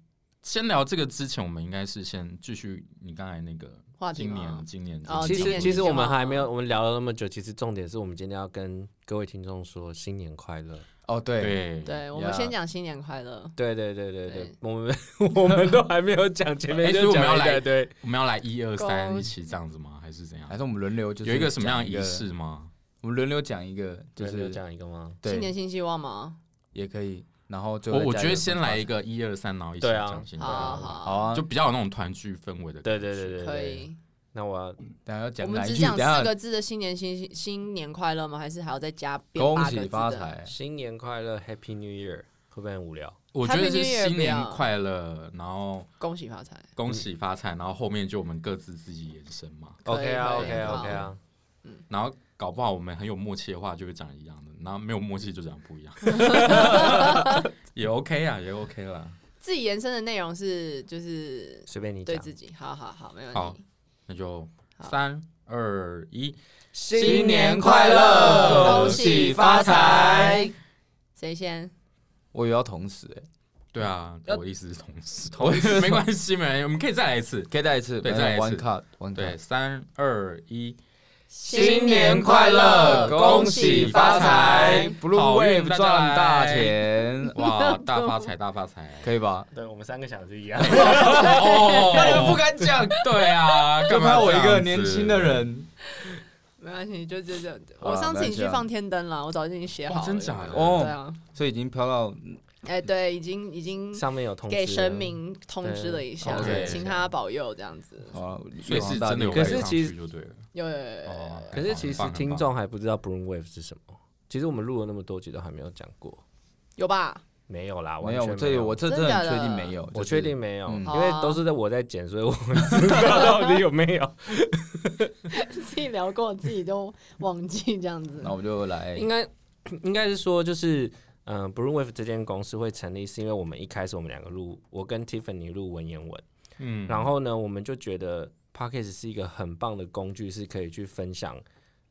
S4: 先聊这个之前，我们应该是先继续你刚才那个
S3: 话题
S4: 今
S3: 吗
S4: 年今年
S3: 哦
S1: 其
S3: 今
S1: 实
S3: 年
S1: 其实
S3: 就
S1: 我们
S3: 好
S1: 还
S3: 了
S1: 没有，我们聊了那么久，其实重点是我们今天要跟各位听众说新年快乐。
S2: 哦，对，
S4: 对
S3: 对我们
S2: Yeah
S3: 先讲新年快乐。
S1: 对对对对
S3: 对
S1: 对，我们我们都还没有讲，前 面
S4: 哎所以
S1: 就
S4: 我们
S1: 讲
S4: 要
S1: 了一
S4: 来
S1: 大堆。
S4: 我们要来一二三
S3: 恭
S4: 一起这样子吗？还是怎样
S2: 还？是我们轮流就是
S4: 有一个什么样的
S2: 讲一个
S4: 仪式？吗？
S2: 我们轮流讲一个，就
S1: 对有
S2: 是
S1: 讲一个吗？
S3: 新
S2: 对
S3: 年，新希望吗？
S2: 也可以。然后最
S4: 我
S2: 后
S4: 我
S2: 再加
S4: 觉得
S2: 一个
S4: 先来一个一二三，然后一起
S1: 对啊
S4: 讲新年快
S3: 好好
S4: 乐，
S2: 好啊，
S4: 就
S2: 就
S4: 比较有那种团聚氛围的
S1: 对
S4: 感觉。
S1: 对对对，
S3: 可
S1: 对。
S3: 以。
S1: 那我要
S2: 等下要
S3: 我
S2: 讲
S3: 们
S2: 哪一
S3: 只
S2: 句？
S3: 讲
S2: 等下
S3: 四个字的新年新新年快乐吗？还是还要再加编
S2: 恭
S3: 八个
S2: 喜
S3: 字
S2: 发
S3: 的？
S2: 财，
S1: 新年快乐，Happy New Year，会不会很无聊？
S4: 我觉得
S3: Happy New
S4: 是
S3: Year，
S4: 新
S3: 不
S4: 年
S3: 要
S4: 快乐，然后
S3: 恭喜发财！
S4: 恭喜
S2: 嗯
S4: 发财，然后后面就我们各自自己延伸嘛。
S3: 可以
S1: OK 啊
S3: 可以
S1: ，OK 啊
S3: 好
S1: ，OK 啊，
S4: 然后搞不好我们很有默契的话，就会讲一样的；然后没有默契就讲不一样，也 OK 啊，也 OK 啦。
S3: 自己延伸的内容是就是
S1: 随便你
S3: 对
S1: 讲。
S3: 自己，好好好，没问
S4: 好
S3: 题。
S4: 那就
S3: 好
S4: 三二一，
S2: 新年快乐
S3: 恭喜发财！谁先？
S2: 我也要同时哎，
S4: 对啊，我意思是同时，
S2: 同时
S4: 没关系，没关系，我们可以再来一次。
S2: 可以再一次，
S4: 对
S2: 没
S4: 再来一
S2: 有
S4: 次
S2: one cut one
S4: 对，
S2: cut。
S4: 三二一，
S2: 新年快乐，恭喜发财
S4: 好运
S2: ，Blue Wave
S4: 大家
S2: 赚大
S4: 来
S2: 钱，
S4: 哇，大发财，大发财！
S2: 可以吧？
S1: 对我们三个想的是一 样。
S4: 哦，
S2: 敢讲，
S4: 对 啊，
S2: 就
S4: 干嘛
S2: 怕我一
S4: 这样
S2: 个
S4: 子
S2: 年轻的？人。
S3: 没关系，就就这样。
S2: 好
S3: 我上次已
S2: 没关
S3: 经
S2: 系
S3: 去
S2: 啊
S3: 放天灯了，我早就已经写好
S4: 哇，
S3: 了。
S4: 真假的
S2: 哦
S3: 对啊，
S2: 所以已经飘到
S3: 哎，对，已经已经
S1: 上面有通知
S3: 给神明通知了一下
S4: 对，
S3: 请他保佑这样子。
S2: 啊，
S4: 所以是真的有
S1: 可
S4: 盖
S1: 是
S4: 上
S1: 其
S4: 去
S1: 实
S4: 就对了。
S3: 有有有有有。
S4: 哦
S1: 可是其实听，众还不知道 Bloom Wave 是什么，其实我们录了那么多集都还没有讲过。
S3: 有吧？
S1: 没有啦，
S2: 没
S1: 完
S2: 有，
S1: 全
S2: 我这里我这
S3: 真
S2: 真
S3: 的
S2: 的
S3: 假的
S2: 确定没有，就
S1: 我
S2: 是
S1: 确定没有，
S2: 嗯
S1: 因为都是在我在剪，所以我知道到底有没有。
S3: 自己聊过，自己都忘记这样子
S2: 那。我们就来
S1: 应该应该是说，就是嗯、呃、，Blue Wave 这间公司会成立，是因为我们一开始我们两个录，我跟 Tiffany 录文言文，
S4: 嗯，
S1: 然后呢，我们就觉得 p o c k e t 是一个很棒的工具，是可以去分享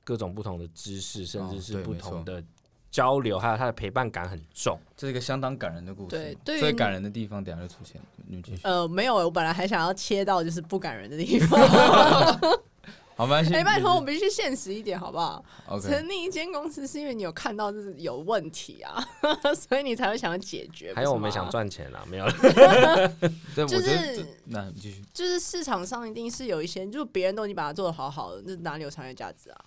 S1: 各种不同的知识，甚至是
S2: 哦对
S1: 不
S2: 没错
S1: 同的交流，还有它的陪伴感很重。
S2: 这是一个相当感人的故事。
S3: 对对于
S2: 最感人的地方等一下就出现了，你们继续。
S3: 呃，没有，我本来还想要切到就是不感人的地方。
S2: 好，没关系。
S3: 哎、拜托，我们必须现实一点，好不好？
S2: OK，
S3: 成立一间公司是因为你有看到就是有问题啊， 所以你才会想要解决。
S1: 还有
S3: 不是
S1: 我们
S3: 吗
S1: 想，赚钱啦，没有啦，
S2: 对，我觉
S3: 就
S2: 得
S3: 是
S2: 这那你继续。
S3: 就是市场上一定是有一些，就是别人都已经把它做的好好的，那哪里有商业价值啊？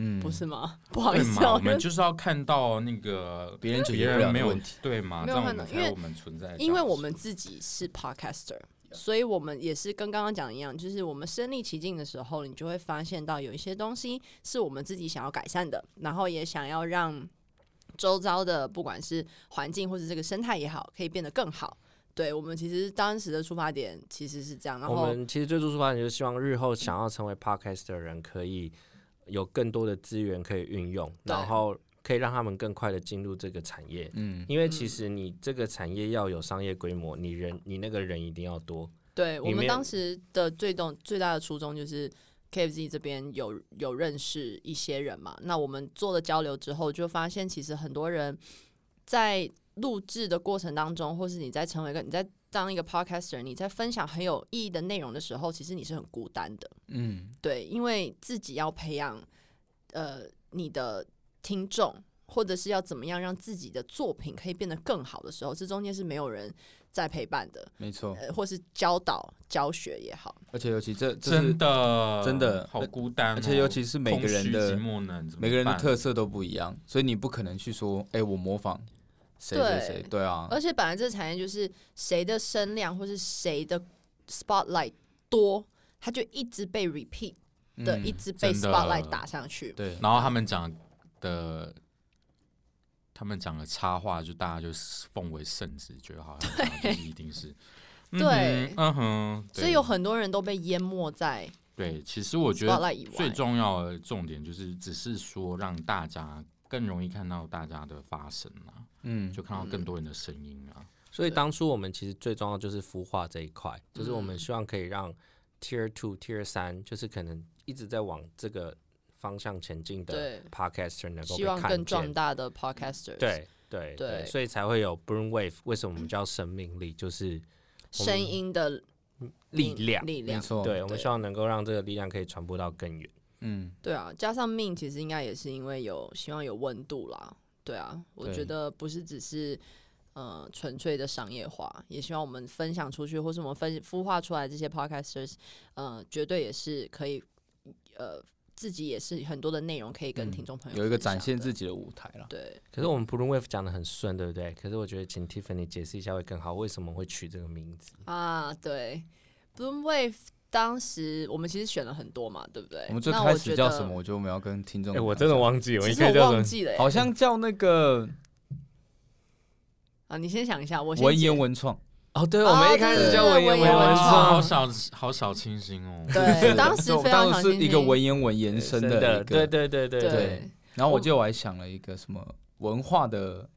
S2: 嗯，
S3: 不是吗？不好意
S4: 对
S3: 思
S4: 嘛，
S3: 哦，
S4: 我们就是要看到那个
S2: 别人解
S4: 别
S2: 决不了
S4: 人
S2: 的
S4: 没有
S2: 问题，
S4: 对嘛，
S3: 没
S4: 这
S3: 有
S4: 样我
S3: 看到
S4: 们
S3: 因
S4: 才
S3: 为
S4: 有我们存在的价值，
S3: 因为我们自己是 podcaster，所以我们也是跟刚刚讲一样，就是我们身临其境的时候，你就会发现到有一些东西是我们自己想要改善的，然后也想要让周遭的不管是环境或者这个生态也好，可以变得更好。对我们其实当时的出发点其实是这样，然
S1: 我
S3: 后
S1: 们其实最初出发点就是希望日后想要成为 podcast 的人，可以有更多的资源可以运用，
S3: 对
S1: 然后可以让他们更快的进入这个产业。
S2: 嗯，
S1: 因为其实你这个产业要有商业规模，你人你那个人一定要多。
S3: 对我
S1: 没
S3: 们
S1: 有
S3: 当时的最动最大的初衷就是。KFC 这边有有认识一些人嘛？那我们做了交流之后，就发现其实很多人在录制的过程当中，或是你在成为一个你在当一个 podcaster，你在分享很有意义的内容的时候，其实你是很孤单的。
S2: 嗯，
S3: 对，因为自己要培养呃你的听众，或者是要怎么样让自己的作品可以变得更好的时候，这中间是没有人在陪伴的。
S2: 没错。
S3: 呃，或是教导、教学也好，
S2: 而且尤其这这是
S4: 真，的
S2: 真的
S4: 好孤单哦，
S2: 而且尤其是每个人的
S4: 空虚寂寞冷，怎么
S2: 每个人的
S4: 办
S2: 特色都不一样，所以你不可能去说，哎，我模仿谁谁谁，对啊，
S3: 而且本来这个产业就是谁的声量或是谁的 spotlight 多，它就一直被 repeat 的，
S2: 嗯
S3: 一直被
S4: 真的
S3: spotlight 打上去。
S2: 对，
S4: 然后他们讲的，他们讲的插话，就大家就奉为圣旨，觉得好像他们就是一定是。嗯哼
S3: 对
S4: 嗯哼，对
S3: 所以有很多人都被淹没在
S4: 对，其实我觉得
S3: 嗯 spotlight 以外。
S4: 最重要的重点就是，只是说让大家更容易看到大家的发声啊，
S2: 嗯，
S4: 就看到更多人的声音啊。
S1: 所以当初我们其实最重要就是孵化这一块，就是我们
S3: 嗯
S1: 希望可以让 Tier Two、Tier 三，就是可能一直在往这个方向前进的
S3: 对，
S1: podcaster 能够
S3: 希
S1: 被
S3: 望更
S1: 看
S3: 壮
S1: 见。
S3: 大的 podcaster，，
S1: 对对
S3: 对嗯
S1: 对，所以才会有 Brain Wave。为什么我们叫生命力？就是
S3: 声音的
S1: 力量。
S3: 嗯力
S2: 没
S3: 量。
S2: 错，
S1: 对，我们
S3: 对
S1: 希望能够让这个力量可以传播到更远。
S2: 嗯，
S3: 对啊，加上命，其实应该也是因为有希望有温度啦。对啊，我
S2: 对
S3: 觉得不是只是呃纯粹的商业化，也希望我们分享出去，或是我们分孵化出来这些 podcasters，呃，绝对也是可以呃自己也是很多的内容可以跟
S2: 嗯
S3: 听众朋友、
S2: 有一个展现自
S3: 己。
S2: 己的舞台了。
S3: 对，
S1: 可是我们 Blue Wave 讲的很顺，对不对？可是我觉得请 Tiffany 解释一下会更好，为什么会取这个名字？
S3: 啊，对，Bloom Wave 当时我们其实选了很多嘛，对不对？
S2: 我们最
S3: 那
S2: 开
S3: 我
S2: 始
S3: 觉
S2: 叫
S3: 得
S2: 什么？我觉得我们要跟听众
S1: 哎、
S2: 讲一下，
S1: 我真的忘记，我
S3: 其
S1: 一
S3: 实
S1: 开始
S3: 我
S1: 叫什
S3: 忘
S1: 么？
S3: 记了耶、
S2: 好像叫那个
S3: 啊，你先想一下，我先
S2: 文
S3: 解
S2: 言文创，
S1: 哦，对，
S3: 哦
S1: 我们一开始叫
S3: 对对
S1: 文言
S3: 对文言
S1: 文
S3: 文
S4: 好
S1: 创，
S4: 小好小清新哦。
S3: 对，
S2: 是
S3: 当时
S2: 就
S3: 非常
S2: 当
S3: 小
S2: 时
S3: 清
S2: 一个
S3: 新
S2: 文言文延伸
S1: 真
S2: 的一
S1: 的，
S2: 个
S1: 对对对对
S3: 对
S1: 对，
S2: 然后
S3: 我
S2: 我记得我还想了一个什么文化的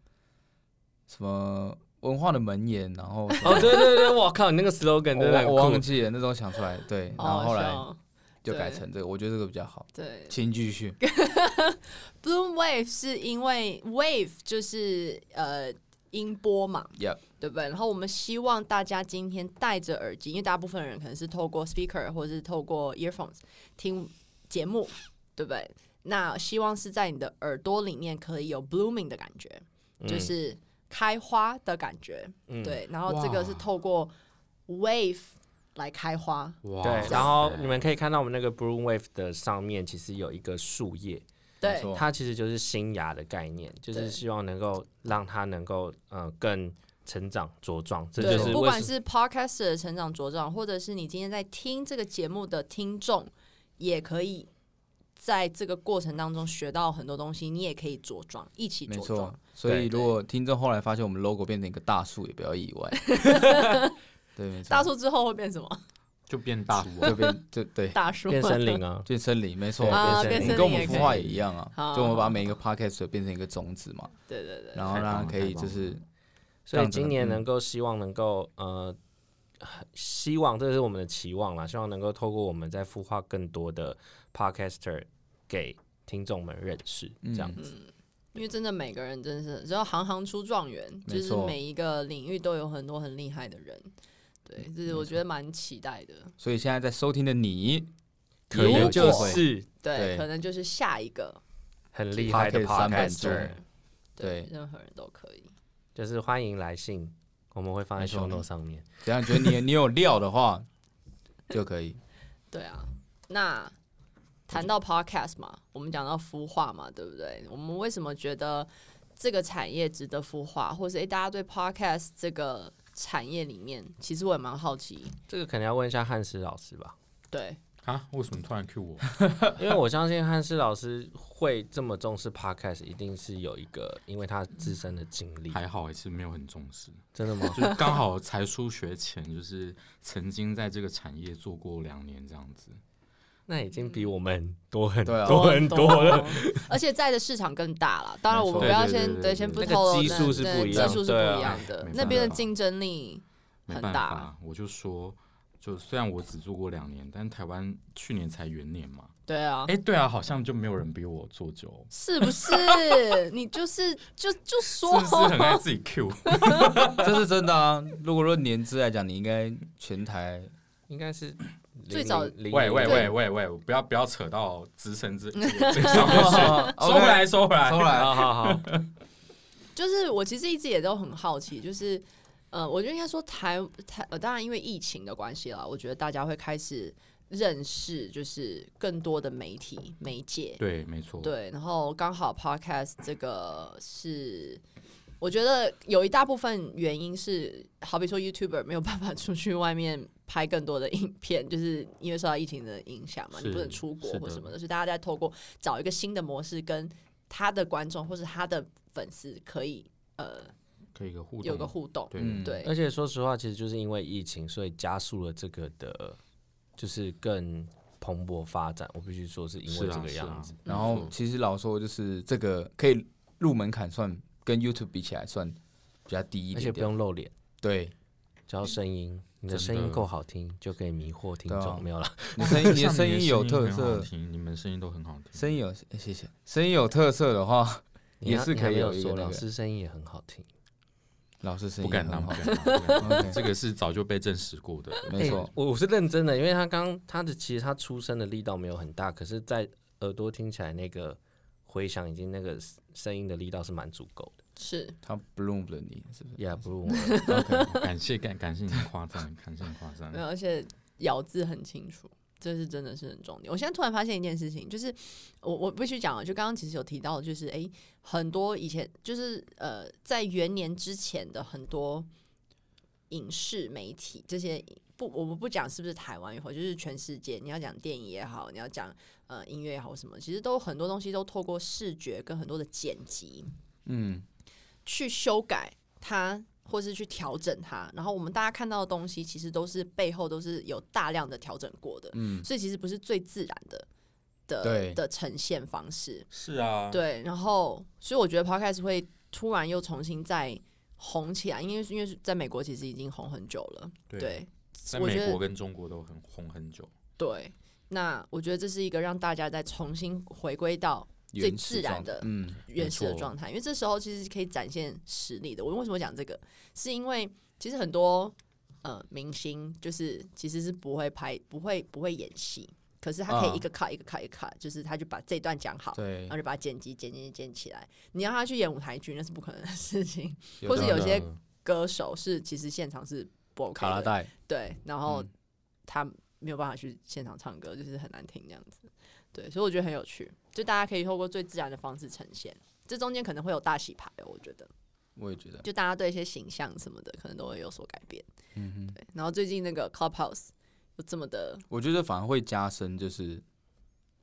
S2: 什么文化的门言，然后 什么
S1: 哦，对对对，我靠，你那个 slogan 真的
S2: 我
S1: 很
S2: 我
S1: 酷
S2: 忘，记了，那时候想出来，对，然
S3: 好
S2: 后
S3: 好
S2: 后来
S3: 笑哦
S2: 就改
S3: 对
S2: 成这个，我觉得这个比较好。
S3: 对
S2: 请继续，
S3: ，Bloom Wave 是因为 wave 就是呃音波嘛
S2: Yep
S3: 对不对？然后我们希望大家今天戴着耳机，因为大部分人可能是透过 speaker 或者是透过 earphones 听节目，对不对？那希望是在你的耳朵里面可以有 blooming 的感觉， 就
S1: 嗯
S3: 是开花的感觉，
S1: 嗯
S3: 对。然后这个是
S4: 哇
S3: 透过 wave 来开花，
S4: 哇
S1: 嗯对，然后你们可以看到我们那个 Blue Wave 的上面其实有一个树叶，
S3: 对
S2: 没，错
S1: 它其实就是新芽的概念，就
S3: 对
S1: 是希望能够让它能够呃更成长茁壮，这就
S3: 对，
S1: 是
S3: 不
S1: 为
S3: 管
S1: 什
S3: 是 podcast 的成长茁壮，或者是你今天在听这个节目的听众，也可以在这个过程当中学到很多东西，你也可以茁壮，一起
S2: 没
S3: 茁
S2: 错
S3: 壮。。
S2: 所以
S1: 对
S2: 如果听众后来发现我 们 logo 变成一个大树，也不要意外。对，没错。
S3: 大树之后会变什么？
S4: 就变大叔
S2: 就
S4: 啊了。
S2: 变就对，
S3: 大叔
S1: 变森林啊，
S2: 变森林，没错，
S1: 对
S3: 啊，
S1: 变
S3: 变
S1: 森林
S2: 我们
S3: 森林
S2: 跟我们
S3: 也可
S2: 孵
S3: 以
S2: 化也一样啊，
S3: 好
S2: 就我们把每一个 podcast 变成一个种子嘛，
S3: 对对对，
S2: 然后
S4: 太棒
S2: 让
S4: 了
S2: 它可以
S4: 太棒
S2: 就
S4: 了
S2: 是这
S1: 所以
S2: 样子
S1: 今年
S2: 嗯
S1: 能够希望能够呃，希望这是我们的期望啦，希望能够透过我们再孵化更多的 podcaster 给听众们认识，这
S2: 嗯
S1: 样子。
S3: 嗯，因为真的每个人真的是只要行行出状元，
S2: 没
S3: 就是
S2: 错
S3: 每一个领域都有很多很厉害的人。对，这是我觉得蛮期待的。
S2: 所以现在在收听的你，
S1: 可能
S2: 如
S1: 就
S2: 果
S1: 是
S3: 对，
S2: 对
S3: 可能就是下一个，
S1: 很厉害的
S2: Podcast 三本
S1: podcaster，
S2: 钟
S3: 对，
S2: 对
S3: 任何人都可以。
S1: 就是欢迎来信，我们会放在
S2: 没
S1: show
S2: 错
S1: note 上面。
S2: 只要觉得你你有料的话， 就可以。
S3: 对啊，那谈到 podcast 嘛，我们讲到孵化嘛，对不对？我们为什么觉得这个产业值得孵化，或是诶、大家对 podcast 这个产业里面，其实我也蛮好奇。
S1: 这个可能要问一下汉斯老师吧，
S3: 对，
S4: 啊，为什么突然 Q 我？
S1: 因为我相信汉斯老师会这么重视 podcast，一定是有一个因为他自身的经历。
S4: 还好也是没有很重视，
S1: 真的吗？
S4: 就是刚好才疏学前，就是曾经在这个产业做过两年这样子。
S1: 那已经比我们多很
S2: 对啊
S1: 多很多了。，
S3: 而且在的市场更大了。当然，
S2: 没错
S3: 我们不要先
S4: 对对对对
S3: 先不
S1: 那个
S3: 透露
S1: 基
S3: 但
S1: 数是
S3: 对
S1: 不一样
S3: 基数是
S1: 对
S3: 不
S1: 啊
S3: 一样的
S4: 没，
S3: 那
S4: 办
S3: 边的
S4: 法
S3: 竞争力
S4: 没
S3: 很
S4: 办
S3: 大。
S4: 法，我就说，就虽然我只做过两年，但台湾去年才元年嘛。
S3: 对啊，
S4: 哎、对啊，好像就没有人比我做久，
S3: 是 不是？你就是就就说
S4: 是不是很爱自己 Q？
S2: 这是真的啊！如果论年资来讲，你应该全台
S1: 应该是
S3: 最早
S1: 零零
S4: 喂喂
S1: 零
S4: 喂喂喂，不要不要扯到资 深这这上 面去， 收回
S2: OK，
S4: 来收回来
S2: 收。 来，
S1: 好好好，
S3: 就是我其实一直也都很好奇，就是呃，我觉得应该说台台呃，当然因为疫情的关系啦，我觉得大家会开始认识就是更多的媒体媒介，
S4: 对，没错，
S3: 对，然后刚好 podcast 这个是。我觉得有一大部分原因是，好比说 YouTuber 没有办法出去外面拍更多的影片，就是因为受到疫情的影响嘛，你
S4: 是
S3: 不能出国
S4: 是
S3: 或
S4: 的
S3: 什么的，所以大家在透过找一个新的模式，跟他的观众或是他的粉丝可以呃
S4: 可以有个互动，
S3: 有个互动。
S4: 对、
S2: 嗯
S3: 对
S1: 而且说实话，其实就是因为疫情，所以加速了这个的，就是更蓬勃发展。我必须说是因为
S4: 是啊
S1: 这个
S4: 是啊
S1: 样子，
S2: 然后其实老实说就是这个可以入门槛算跟 YouTube 比起来算比较低一
S1: 而且
S2: 点
S1: 不
S2: 点，
S1: 用露脸，
S2: 对，
S1: 只要声音，你的声
S4: 真
S1: 音
S4: 的
S1: 够好听，就可以迷惑听
S2: 对啊
S1: 众。没有了，
S2: 你声音你的
S4: 像
S2: 声音有特
S4: 很好
S2: 色，
S4: 听，你们声音都很好听，
S2: 声音有哎谢谢，声音有特色的话，
S1: 你
S2: 也
S1: 还
S2: 是
S1: 你
S2: 可
S1: 还
S2: 以
S1: 没
S2: 有
S1: 有
S2: 一个
S1: 说
S2: 那
S1: 老
S2: 个
S1: 师声音也很好听。
S2: 老师声
S4: 不
S2: 音
S4: 敢当，
S2: 很
S4: 不
S2: 好，
S4: 敢当，不敢当
S2: OK
S4: 这个是早就被证实 过的。
S2: 没
S1: 欸
S2: 错，
S1: 我我是认真的，因为他刚他的其实他出声的力道没有很大，可是，在耳朵听起来那个回响已经那个声音的力道是蛮足够的。
S3: 是，
S2: 他 bloom 了你是不是
S1: Yeah，不如我
S2: ？OK，
S4: 感谢感感谢你的夸赞，感谢你的夸赞
S3: 没。有，而且咬字很清楚，这是真的是很重点。我现在突然发现一件事情，就是我我必须讲啊了，就刚刚其实有提到，就是诶，很多以前就是呃，在元年之前的很多影视媒体这些。不，我们不讲是不是台湾也好，就是全世界。你要讲电影也好，你要讲呃音乐也好，什么，其实都很多东西都透过视觉跟很多的剪辑，
S2: 嗯，
S3: 去修改它，或是去调整它。然后我们大家看到的东西，其实都是背后都是有大量的调整过的，
S2: 嗯
S3: 所以其实不是最自然的的
S2: 对
S3: 的呈现方式。
S4: 是啊，
S3: 对，然后所以我觉得 podcast 会突然又重新再红起来，因为因为在美国其实已经红很久了，
S4: 对
S3: 对，
S4: 在
S3: 我
S4: 美
S3: 觉
S4: 国
S3: 得
S4: 跟中国都很红很久。
S3: 对。那我觉得这是一个让大家再重新回归到最
S2: 原始
S3: 自然
S2: 状态
S3: 的
S2: 嗯，
S3: 原始的
S4: 没错
S3: 状态，因为这时候其实是可以展现实力的。我为什么讲这个？是因为其实很多呃明星就是其实是不会拍、不会不会演戏，可是他可
S2: 啊
S3: 以一个卡一个卡一个卡，就是他就把这段讲好，
S2: 对
S3: 然后，就把它剪辑剪剪剪起来。你让他去演舞台剧，那是不可能的事情。
S2: 有
S3: 或是
S2: 这
S3: 有
S2: 样
S3: 些歌手是其实现场是不 OK
S2: 卡拉
S3: 的，
S2: 带，
S3: 对，然后
S2: 嗯
S3: 他没有办法去现场唱歌，就是很难听这样子。对，所以我觉得很有趣，就大家可以透过最自然的方式呈现。这中间可能会有大洗牌哦，我觉得，
S2: 我也觉得，
S3: 就大家对一些形象什么的，可能都会有所改变。
S2: 嗯哼。
S3: 对，然后最近那个 Clubhouse 又这么的，
S2: 我觉得反而会加深，就是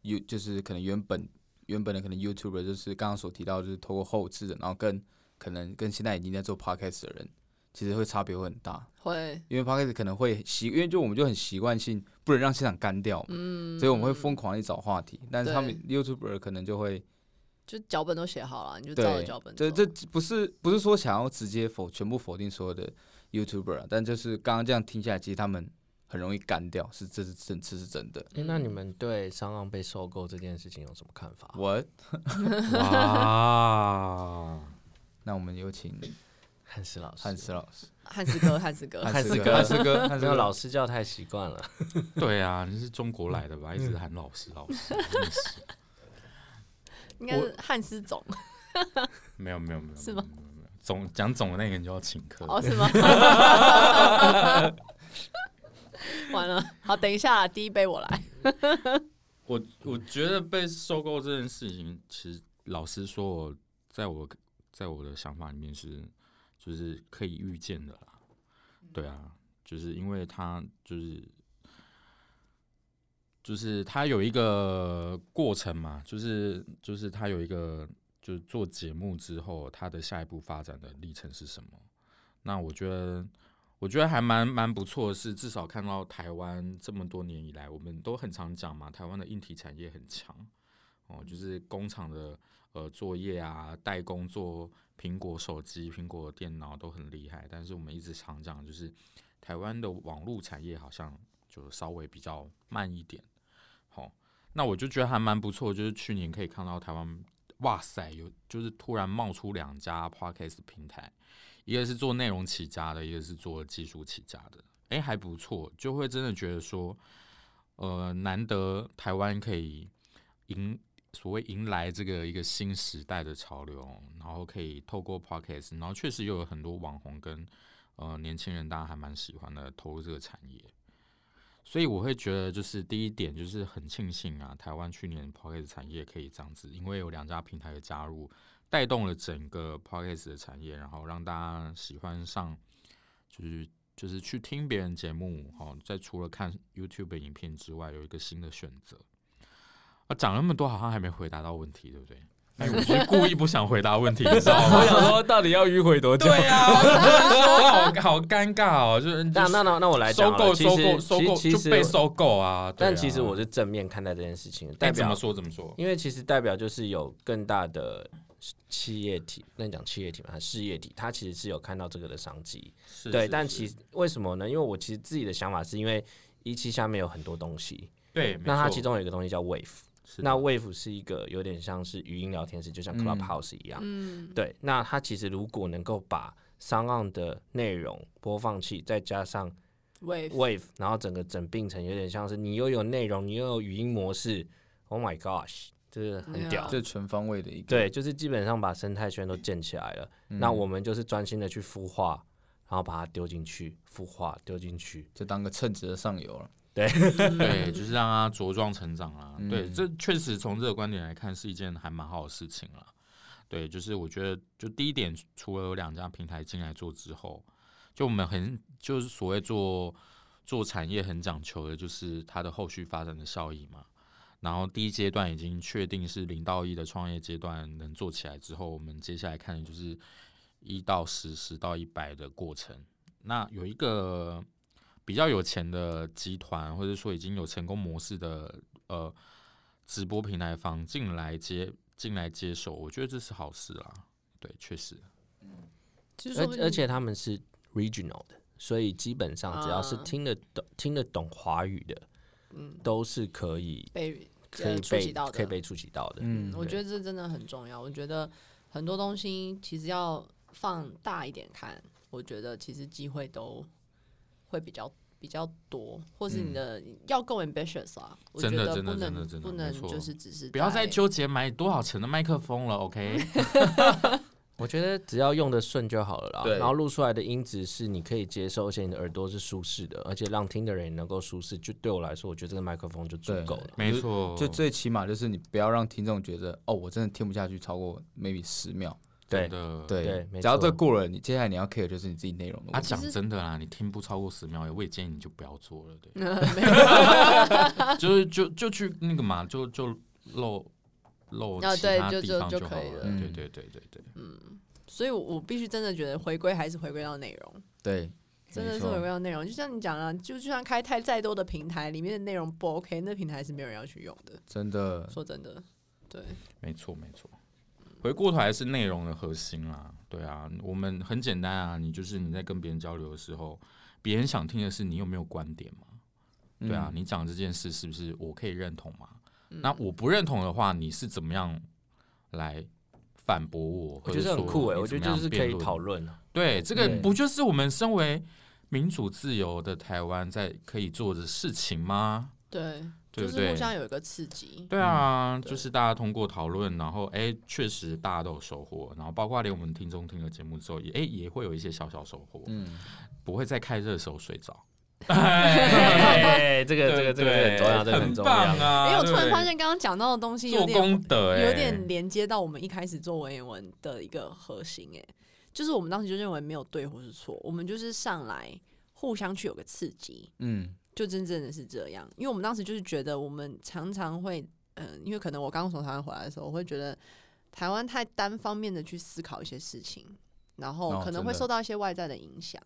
S2: 有就是可能原本原本的可能 YouTuber 就是刚刚所提到，就是透过后置的，然后跟可能跟现在已经在做 Podcast 的人，其实会差别会很大，
S3: 会，
S2: 因为 p o d c a s 可能会习，因为就我们就很习惯性不能让现场干掉嘛，
S3: 嗯，
S2: 所以我们会疯狂地找话题，但是他们 YouTuber 可能就会
S3: 就脚本都写好了，你就照着
S2: 对
S3: 脚本，
S2: 这
S3: 走。
S2: 这不是不是说想要直接否全部否定所有的 YouTuber，、啊、但就是刚刚这样听下来，其实他们很容易干掉，是这是真这是真的。
S1: 诶那你们对商岸被收购这件事情有什么看法？
S2: 我
S4: 哇，
S2: 那我们有请
S1: 汉斯老师，
S2: 汉斯老师，
S3: 汉斯 哥，汉斯哥，
S1: 汉斯哥
S2: 汉斯哥，汉斯
S1: 这
S2: 哥老
S1: 个老
S2: 师，
S1: 师叫太习 惯了。
S4: 对啊，你是中国来的吧？一直喊老师老师，真的是
S3: 应该是汉斯总，
S4: 没有没有没有，
S3: 是吗
S4: 没有？没有没有总讲总的那个人就要请客，
S3: 哦，是吗？ 完了，好，等一下，第一杯我来。
S4: 我我觉得被收购这件事情，其实老实说我，在我在我的想法里面是，就是可以预见的啦。对啊，就是因为他就是就是他有一个过程嘛，就是就是他有一个就是做节目之后，他的下一步发展的历程是什么？那我觉得。我觉得还蛮蛮不错的是，至少看到台湾这么多年以来，我们都很常讲嘛，台湾的硬体产业很强哦，就是工厂的呃作业啊，代工做苹果手机、苹果电脑都很厉害，但是我们一直常讲就是台湾的网络产业好像就稍微比较慢一点。好、那我就觉得还蛮不错，就是去年可以看到台湾，哇塞，有就是突然冒出两家 podcast 平台。一个是做内容起家的，一个是做技术起家的，诶，还不错，就会真的觉得说，呃，难得台湾可以迎所谓迎来这个一个新时代的潮流，然后可以透过 podcast，然后确实又有很多网红跟呃年轻人，大家还蛮喜欢的投入这个产业。所以我会觉得，就是第一点就是很庆幸啊，台湾去年 podcast 产业可以这样子，因为有两家平台的加入，带动了整个 podcast 的产业，然后让大家喜欢上，就是就是去听别人节目，哦，在除了看 YouTube 影片之外，有一个新的选择。啊，讲那么多好像还没回答到问题，对不对？哎、我是故意不想回答问题，你知道吗？
S2: 我想说到底要迂回多久？
S4: 对呀、啊，我只能说好好尴尬哦，就是
S1: 那那那那我来
S4: 收
S1: 讲好
S4: 购
S1: 了，其
S4: 收购
S1: 实
S4: 收
S1: 其
S4: 购
S1: 实其
S4: 就
S1: 实
S4: 被收购啊。对啊
S1: 但其实我是正面看待这件事情的，
S4: 哎
S1: 代
S4: 怎
S1: 表
S4: 么说怎么说？
S1: 因为其实代表就是有更大的企业体，那你讲企业体嘛，还是事业体，它其实是有看到这个的商机。
S4: 是
S1: 对，
S4: 是
S1: 但
S4: 是
S1: 其实为什么呢？因为我其实自己的想法是因为一期下面有很多东西，
S4: 对，没
S1: 那它
S4: 错
S1: 其中有一个东西叫 Wave，
S4: 是的
S1: 那 Wave 是一个有点像是语音聊天室，就像
S2: 嗯
S1: Clubhouse 一样。
S3: 嗯，
S1: 对，那它其实如果能够把商岸的内容播放器，再加上
S3: 喂，
S1: Wave，然后整个整并成有点像是你又有内容，你又有语音模式，Oh my gosh，就是
S3: 啊
S1: 很屌。
S2: 这全方位的一个，
S1: 对，就是基本上把生态圈都建起来了。
S2: 嗯
S1: 那我们就是专心的去孵化，然后把它丢进去，孵化丢进去。
S2: 就当个称职的上游了。
S4: 对，就是让他茁壮成长啦。
S2: 嗯
S4: 对，这确实从这个观点来看是一件还蛮好的事情啦。对，就是我觉得，就第一点，除了有两家平台进来做之后，就我们很就是所谓做做产业很讲求的，就是它的后续发展的效益嘛。然后第一阶段已经确定是零到一的创业阶段能做起来之后，我们接下来看的就是一到十、十到一百的过程。那有一个比较有钱的集团，或者说已经有成功模式的呃直播平台方进来接进来接手，我觉得这是好事啦。对，确实，
S3: 其实
S1: 而
S3: 说不定
S1: 而且他们是 regional 的，所以基本上只要是
S3: 啊
S1: 听得懂、听得懂华语的，
S3: 嗯
S1: 都是可以
S3: 被
S1: 可以
S3: 呃触
S1: 被
S3: 及到的
S1: 可以被触及到的。
S2: 嗯，
S3: 我觉得这真的很重要。我觉得很多东西其实要放大一点看，我觉得其实机会都会比较比较多，或是你的、要够 ambitious 啊。我觉
S4: 真的
S3: 得
S4: 嗯真的
S3: 不能
S4: 真的真的
S3: 不
S4: 没
S3: 能
S4: 错
S3: 就是只是
S4: 不要
S3: 在
S4: 再纠结买多少钱的麦克风了，OK？
S1: 我觉得只要用的顺就好了啦。
S2: 对
S1: 然后录出来的音质是你可以接受，而且你的耳朵是舒适的，而且让听的人也能够舒适。就对我来说，我觉得这个麦克风就足
S2: 对
S1: 够了。
S4: 没
S3: 哦
S4: 错，
S2: 就最起码就是你不要让听众觉得哦，我真的听不下去超过 maybe 十秒。
S1: 对
S4: 真的。
S2: 对，
S1: 对没
S2: 只要这
S1: 错
S2: 过了，你接下来你要 care 就是你自己内容的
S4: 啊，
S2: 问题。
S4: 讲
S3: 其实，
S4: 真的啦，你听不超过十秒，我也建议你就不要做了，对
S3: 没 有
S4: 就是就就去那个嘛，就就漏漏
S3: 啊
S4: 其
S3: 对
S4: 他
S3: 就
S4: 地
S3: 就
S4: 方
S3: 就
S4: 好
S3: 可以
S4: 了，
S3: 了
S4: 对
S2: 嗯
S4: 对对对对，
S3: 所以我我必须真的觉得回归还是回归到内容，
S2: 对，
S3: 真的
S2: 没
S3: 是
S2: 错
S3: 回归到内容。就像你讲啊，就就算开太再多的平台，里面的内容不 OK，那平台是没有人要去用的。
S2: 真的
S3: 说真的，对，
S4: 没错，没错。回过头来是内容的核心啦，对啊，我们很简单啊，你就是你在跟别人交流的时候，别人想听的是你有没有观点嘛？
S1: 嗯
S4: 对
S2: 嗯
S4: 啊，，你讲这件事是不是我可以认同嘛？
S3: 嗯
S4: 那我不认同的话，你是怎么样来反驳我？
S1: 我觉得很酷
S4: 哎、
S1: 哎，我觉得就是可以讨
S4: 论。
S1: 论啊。
S4: 对，这个
S1: 对
S4: 不就是我们身为民主自由的台湾在可以做的事情吗？
S3: 对，就
S4: 对不
S3: 是
S4: 对
S3: 互？相有一个刺激。
S4: 对
S1: 嗯
S4: 啊，
S3: 对
S4: 就是大家通过讨论，然后哎，确实大家都有收获，然后包括连我们听众听了节目之后，也哎也会有一些小小收获，
S2: 嗯，
S4: 不会再开热手 睡着。
S1: 哎，这个这个
S4: 对
S1: 这个很重要，这个
S4: 很
S1: 重要
S4: 棒。啊！
S3: 因为哎我突
S4: 对
S3: 然
S4: 不
S3: 发
S4: 对
S3: 现，刚刚讲到的东西有
S4: 做
S3: 点
S4: 功德、哎，
S3: 有点连接到我们一开始做文言文的一个核心、欸，就是我们当时就认为没有对或是错，我们就是上来互相去有个刺激，
S2: 嗯，
S3: 就真正的是这样。因为我们当时就是觉得，我们常常会，嗯、因为可能我刚从台湾回来的时候，我会觉得台湾太单方面的去思考一些事情，然后
S2: 哦
S3: 可能会
S2: 真的
S3: 受到一些外在的影响。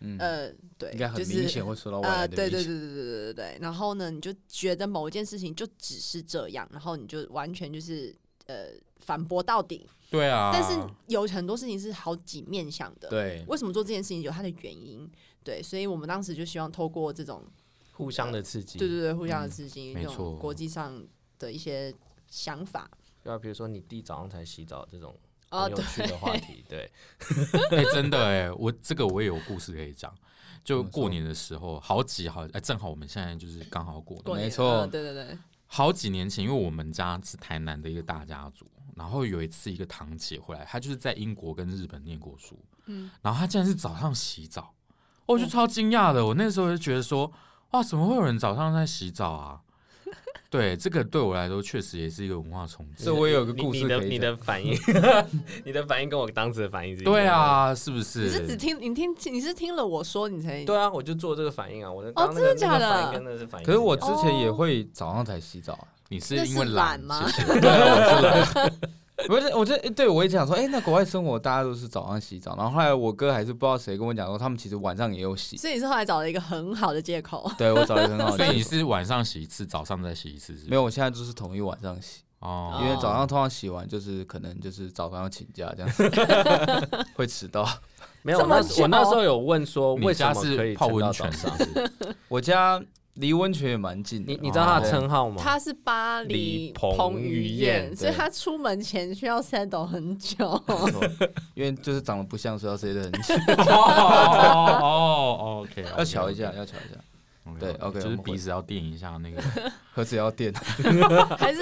S2: 嗯
S3: 呃，对，
S2: 应该很
S3: 就是
S2: 明显会受到外
S3: 呃，
S2: 来的
S3: 对
S2: 影
S3: 对对
S2: 响，
S3: 对对对对对。然后呢，你就觉得某一件事情就只是这样，然后你就完全就是呃反驳到底。
S4: 对啊，
S3: 但是有很多事情是好几面向的，
S2: 对
S3: 为什么做这件事情有它的原因。对，所以我们当时就希望透过这种
S1: 互相的刺激。
S3: 对对对互相的刺激，
S4: 没
S3: 这种
S4: 错
S3: 国际上的一些想法。
S1: 对啊，比如说你弟早上才洗澡这种
S3: 啊，
S1: 很有
S3: 对，
S1: 趣的话题，对，
S4: 哎、真的哎、我这个我也有故事可以讲。就
S2: 怎么说
S4: 过年的时候，好几好哎、正好我们现在就是刚好过
S3: 过
S4: 年，
S3: 年
S2: 没错
S3: 呃对对对，
S4: 好几年前，因为我们家是台南的一个大家族，然后有一次一个堂姐回来，她就是在英国跟日本念过书，
S3: 嗯，
S4: 然后她竟然是早上洗澡，哦我就超惊讶的。我那时候就觉得说，哇，怎么会有人早上在洗澡啊？对，这个对我来说确实也是一个文化冲 击。
S2: 这我也有个
S1: 你
S2: 故
S1: 你
S2: 事
S1: 的
S2: 可
S1: 你
S2: 以讲，
S1: 的反应，你的反应跟我当时的反应是一样的
S4: 对，啊，是不
S3: 你
S4: 是？
S3: 是只听你听你是听了我说你才
S1: 对啊，我就做这个反应啊，我的刚刚那
S3: 哦真的
S1: 个那
S3: 假
S1: 个
S3: 的
S1: 反应跟那是反应一样。
S2: 可是我之前
S3: 哦
S2: 也会早上才洗澡啊，
S4: 你是
S3: 那
S4: 因
S3: 是
S4: 为
S3: 懒吗
S4: 谢谢
S2: 不是，我这对我也想说，哎、那国外生活大家都是早上洗澡，然后后来我哥还是不知道谁跟我讲说，他们其实晚上也有洗。
S3: 所以你是后来找了一个很好的借口，
S2: 对我找了一个 很好
S4: 所
S2: 的
S4: 以
S2: 理
S4: 你
S2: 由，
S4: 是晚上洗一次，早上再洗一次是不是？
S2: 没有，我现在就是统一晚上洗，
S4: 哦
S2: 因为早上通常洗完就是可能就是早上要请假这样子，会迟到。
S1: 没有，
S3: 这么
S1: 那时我那时候有问说
S4: 你
S1: 为什
S4: 家
S1: 么可
S4: 是
S1: 以
S4: 泡
S1: 撑到
S4: 温
S1: 早
S4: 泉
S1: 上？
S4: 是不是
S2: 我家离温泉也蛮近的，
S1: 你你知道他
S4: 哦
S1: 的称号吗？
S3: 他是巴黎
S1: 黎彭
S3: 于
S1: 于
S3: 晏，
S1: 晏
S3: 所以
S2: 对
S3: 他出门前需要 settle 很久。
S2: 没错因为就是长得不像，所以要塞得很紧，
S4: 哦哦哦，OK，
S2: 要瞧一下，要瞧一下，对，OK，
S4: 就是
S2: 我们会
S4: 鼻子要垫一下那个。
S2: 何止要垫，
S3: 还是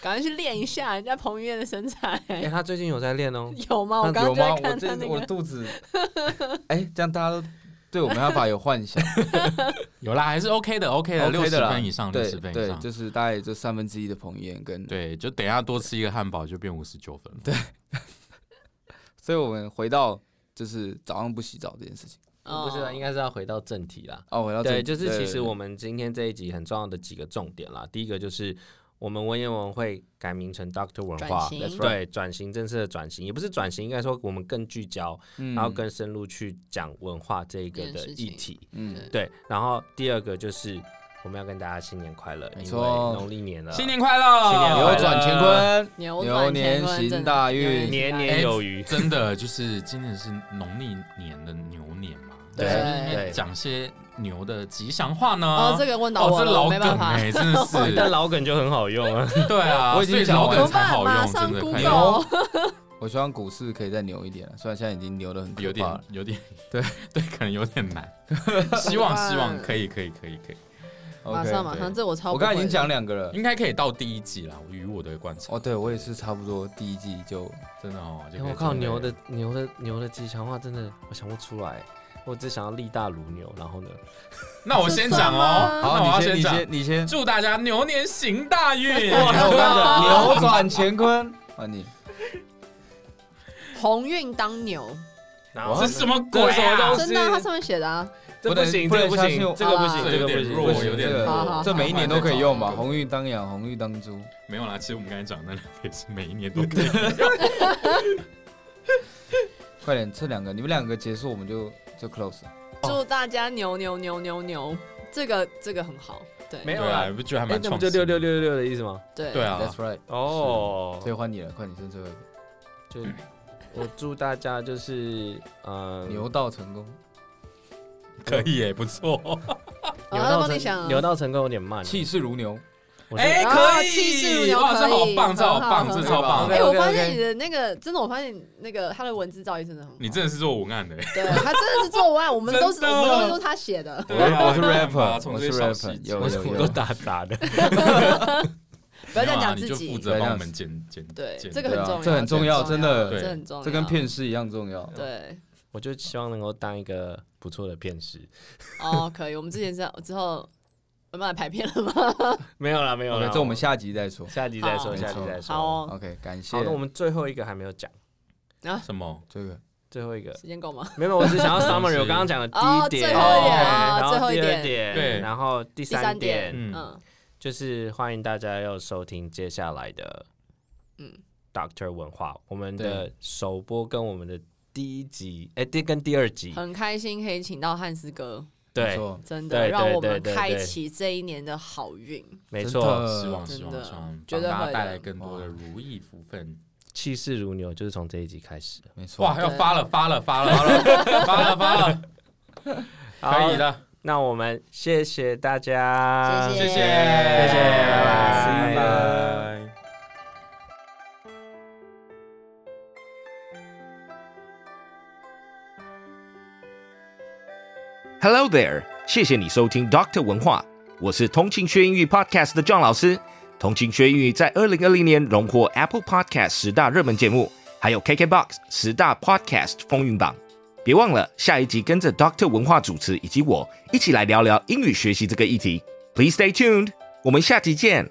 S3: 赶快去练一下人家彭于晏的身材，
S1: 哎，他最近有在练哦，
S3: 有吗？我刚
S2: 有吗？
S3: 刚就在
S2: 我
S3: 看他
S2: 这
S3: 那
S2: 我
S3: 个，
S2: 肚子，哎、这样大家都对我没办法有幻想。
S4: 有啦，还是 OK 的，OK 的，六
S2: OK
S4: 十
S2: 的啦
S4: 分以上，六
S2: 对
S4: 十分以
S2: 对，
S4: 上。
S2: 就是大概就三分之一的彭于晏跟，
S4: 对，就等一下多吃一个汉堡就变五十九分。对，
S2: 所以我们回到就是早上不洗澡这件事情。
S1: 不是啊，应
S3: 该
S1: 该是要回到正题啦。
S2: 哦，回到
S1: 对，
S2: 这
S1: 就是其实我们今天这一集很重要的几个重点啦。第一个就是我们文言文会改名成 Doctor 文
S3: 转
S1: 化，
S3: 型
S1: 对转型正式的转型，也不是转型，应该说我们更聚焦，
S2: 嗯
S1: 然后更深入去讲文化这一个
S3: 这件
S1: 的
S3: 事情
S1: 议题。
S2: 嗯，
S1: 对，然后第二个就是我们要跟大家新年快乐，
S2: 没
S1: 因为
S2: 错
S1: 农历年了，
S4: 新年快乐，
S1: 新年快乐
S2: 扭转乾坤，
S3: 牛
S2: 牛年
S3: 转乾坤
S2: 行
S3: 真的
S2: 大运
S3: 牛年行
S1: 年
S3: 大运
S1: 年有余。
S4: 哎真的就是今年是农历年的牛年嘛？
S3: 对
S4: 是不是应该
S1: 对
S4: 讲些牛的吉祥话呢。
S3: 哦，这个问到
S4: 哦，
S3: 我
S4: 这
S3: 了，
S4: 老
S3: 我
S4: 梗
S3: 没办法。
S4: 哎，真的
S1: 但
S4: 是，
S1: 老梗就很好用啊，
S4: 对啊，
S2: 我已经
S4: 所以
S2: 讲
S4: 老
S2: 完
S3: 怎
S4: 梗
S3: 么
S4: 才
S3: 办
S4: 好
S3: 马
S4: 用，
S3: 上
S4: 真的
S3: Google
S4: 快
S3: 有
S4: 点
S2: 牛。 我希望股市可以再牛一点了，虽然现在已经牛的很可怕
S4: 有点
S2: 了
S4: 有点，对对，可能有点难。希望希望可以可以可以可以，
S3: 马
S2: OK，
S3: 上马上，这我超
S2: 我
S3: 不会
S2: 刚
S3: 的
S2: 才已经讲两个了。
S4: 应该可以到第一季啦。与我的观察
S2: 哦，，对我也是差不多第一季就
S4: 真的哦，就可以
S1: 哎我靠，
S4: 准备
S1: 牛的牛的牛的吉祥话真的我想不出来，我只想要力大如牛，然后呢，
S4: 那我先讲
S3: 嗯
S4: 哦，
S2: 好，
S4: 那我要
S2: 你先你
S4: 讲。
S2: 先你先，
S4: 祝大家牛年行大运！
S2: 那我 刚才讲扭转乾坤，换你。
S3: 鸿运当牛，
S1: 然
S4: 这什么鬼
S1: 这是什么
S4: 啊
S1: 东？
S3: 真的啊，它上面写的啊，
S1: 这不行，
S2: 不
S1: 这
S2: 能
S1: 个
S2: 不
S1: 不
S2: 能相信
S1: 行，
S2: 我
S1: 这个不行，
S4: 啊
S1: 这个
S4: 有
S1: 不
S4: 点
S1: 行，
S4: 弱
S1: 不
S4: 有
S1: 行，
S4: 点
S1: 这个
S3: 好好
S2: 这每一年都可以用吧？红玉当阳，红玉当猪。
S4: 没有啦，其实我们刚才讲的那两个也是每一年都可以。
S2: 快点，这两个你们两个结束，我们就就 close 了。
S3: 祝大家牛牛牛牛牛，这个这个很好，对
S1: 没有
S4: 对啊，
S1: 啦
S4: 你，不觉得还
S1: 哎
S4: 蛮，
S1: 那不
S4: 创
S1: 就
S4: 新？
S1: 六六，六六的意思吗？
S3: 对
S4: 对啊，
S2: That's right，
S1: 哦，
S2: 所以换你了，快点剩最后一个，
S1: 就我祝大家就是呃
S2: 牛到成功。
S4: 可以耶，不错。
S3: 我
S1: 牛到
S3: 要呃哦帮你
S1: 成
S3: 想
S1: 牛到成功有点慢，
S2: 气势如牛，
S1: 我是
S4: 哎、
S3: 然后
S4: 可
S3: 气势如
S4: 以，
S3: 牛
S4: 哇，这好
S3: 可以
S4: 棒，这
S3: 很
S4: 好
S3: 好
S4: 棒，
S3: 很
S4: 这
S3: 好
S4: 超棒。
S3: 哎、
S2: OK，OK，OK
S3: 我发现你的那个真的，我发现你那个他的文字造诣真的很好，
S4: 你真的是做文案的耶，
S3: 对他真的是做完，我们都是
S4: 真的哦
S3: 我们都是都是他写 的。
S2: 我
S4: 对啊
S2: 我是
S4: 干嘛
S2: rapper，
S4: 从
S2: 我
S4: 这些
S2: 是
S4: 小细
S2: rapper，
S4: 节
S2: 有
S1: 我
S2: 有
S1: 我都
S2: 有。
S1: 打杂的，
S3: 不要这样
S4: 没有啊
S3: 讲
S4: 你
S3: 自
S4: 就
S3: 己
S4: 负责帮我们剪剪。
S3: 对，
S4: 剪
S3: 这个
S2: 对
S3: 很
S2: 啊
S3: 重要，
S2: 这很重要
S3: 这
S2: 真
S3: 很
S2: 的
S3: 这
S4: 对
S3: 很重要，
S2: 这跟骗师一样重要。
S3: 对
S1: 我就希望能够当一个不错的片师。
S3: 哦，可以。我们之前这样之后，我们来排片了吗？
S1: 没有啦，没有啦
S2: OK，，这我们下集再说。
S1: 下集再说，
S3: 好
S1: 下集再说。
S3: 好哦，
S2: OK，感谢
S1: 好，。那我们最后一个还没有讲，
S4: 什么？
S2: 这个
S1: 最后一个
S3: 时间够吗？
S1: 没有，我只想要 summary
S4: 是
S1: 我刚刚讲的第
S3: 哦
S1: 一点，
S3: 最
S4: 后一点
S1: 然
S3: 哦最后
S1: 后
S3: 一
S1: 第
S3: 点
S1: 二点，
S4: 对
S1: 然后第
S3: 第三
S1: 三点
S3: 点
S4: 嗯，
S3: 嗯，
S1: 就是欢迎大家要收听接下来的
S3: 嗯
S1: Doctor 文化，我们的首播跟我们的第一集，哎，第跟第二集，
S3: 很开心可以请到汉斯哥，
S2: 没
S1: 对，
S2: 错
S3: 真
S1: 对
S3: 的
S1: 对
S3: 让我
S1: 对
S3: 们
S1: 对对
S3: 开启这一年的好运。
S1: 没
S2: 真
S1: 错，
S2: 的
S4: 希望
S3: 真
S4: 希望
S3: 的
S4: 希望
S3: 觉得
S4: 帮大
S3: 会
S4: 家带
S3: 的
S4: 来更多的如意福分。
S1: 气势如牛，就是从这一集开始的。
S2: 没错。
S4: 哇，要
S3: 对
S4: 发了发了发了发了发了发了，可以
S1: 好，
S4: 的，
S1: 那我们谢谢大家，
S4: 啊谢谢
S3: 谢
S1: 谢谢拜拜
S4: See you，拜拜。
S5: Hello there，谢谢你收听 Doctor 文化，我是同情学英语 Podcast 的 John 老师。同情学英语在二零二零年荣获 Apple Podcast 十大热门节目，还有 KKBox 十大 Podcast 风云榜。别忘了下一集跟着 Doctor 文化主持以及我一起来聊聊英语学习这个议题。Please stay tuned，我们下集见。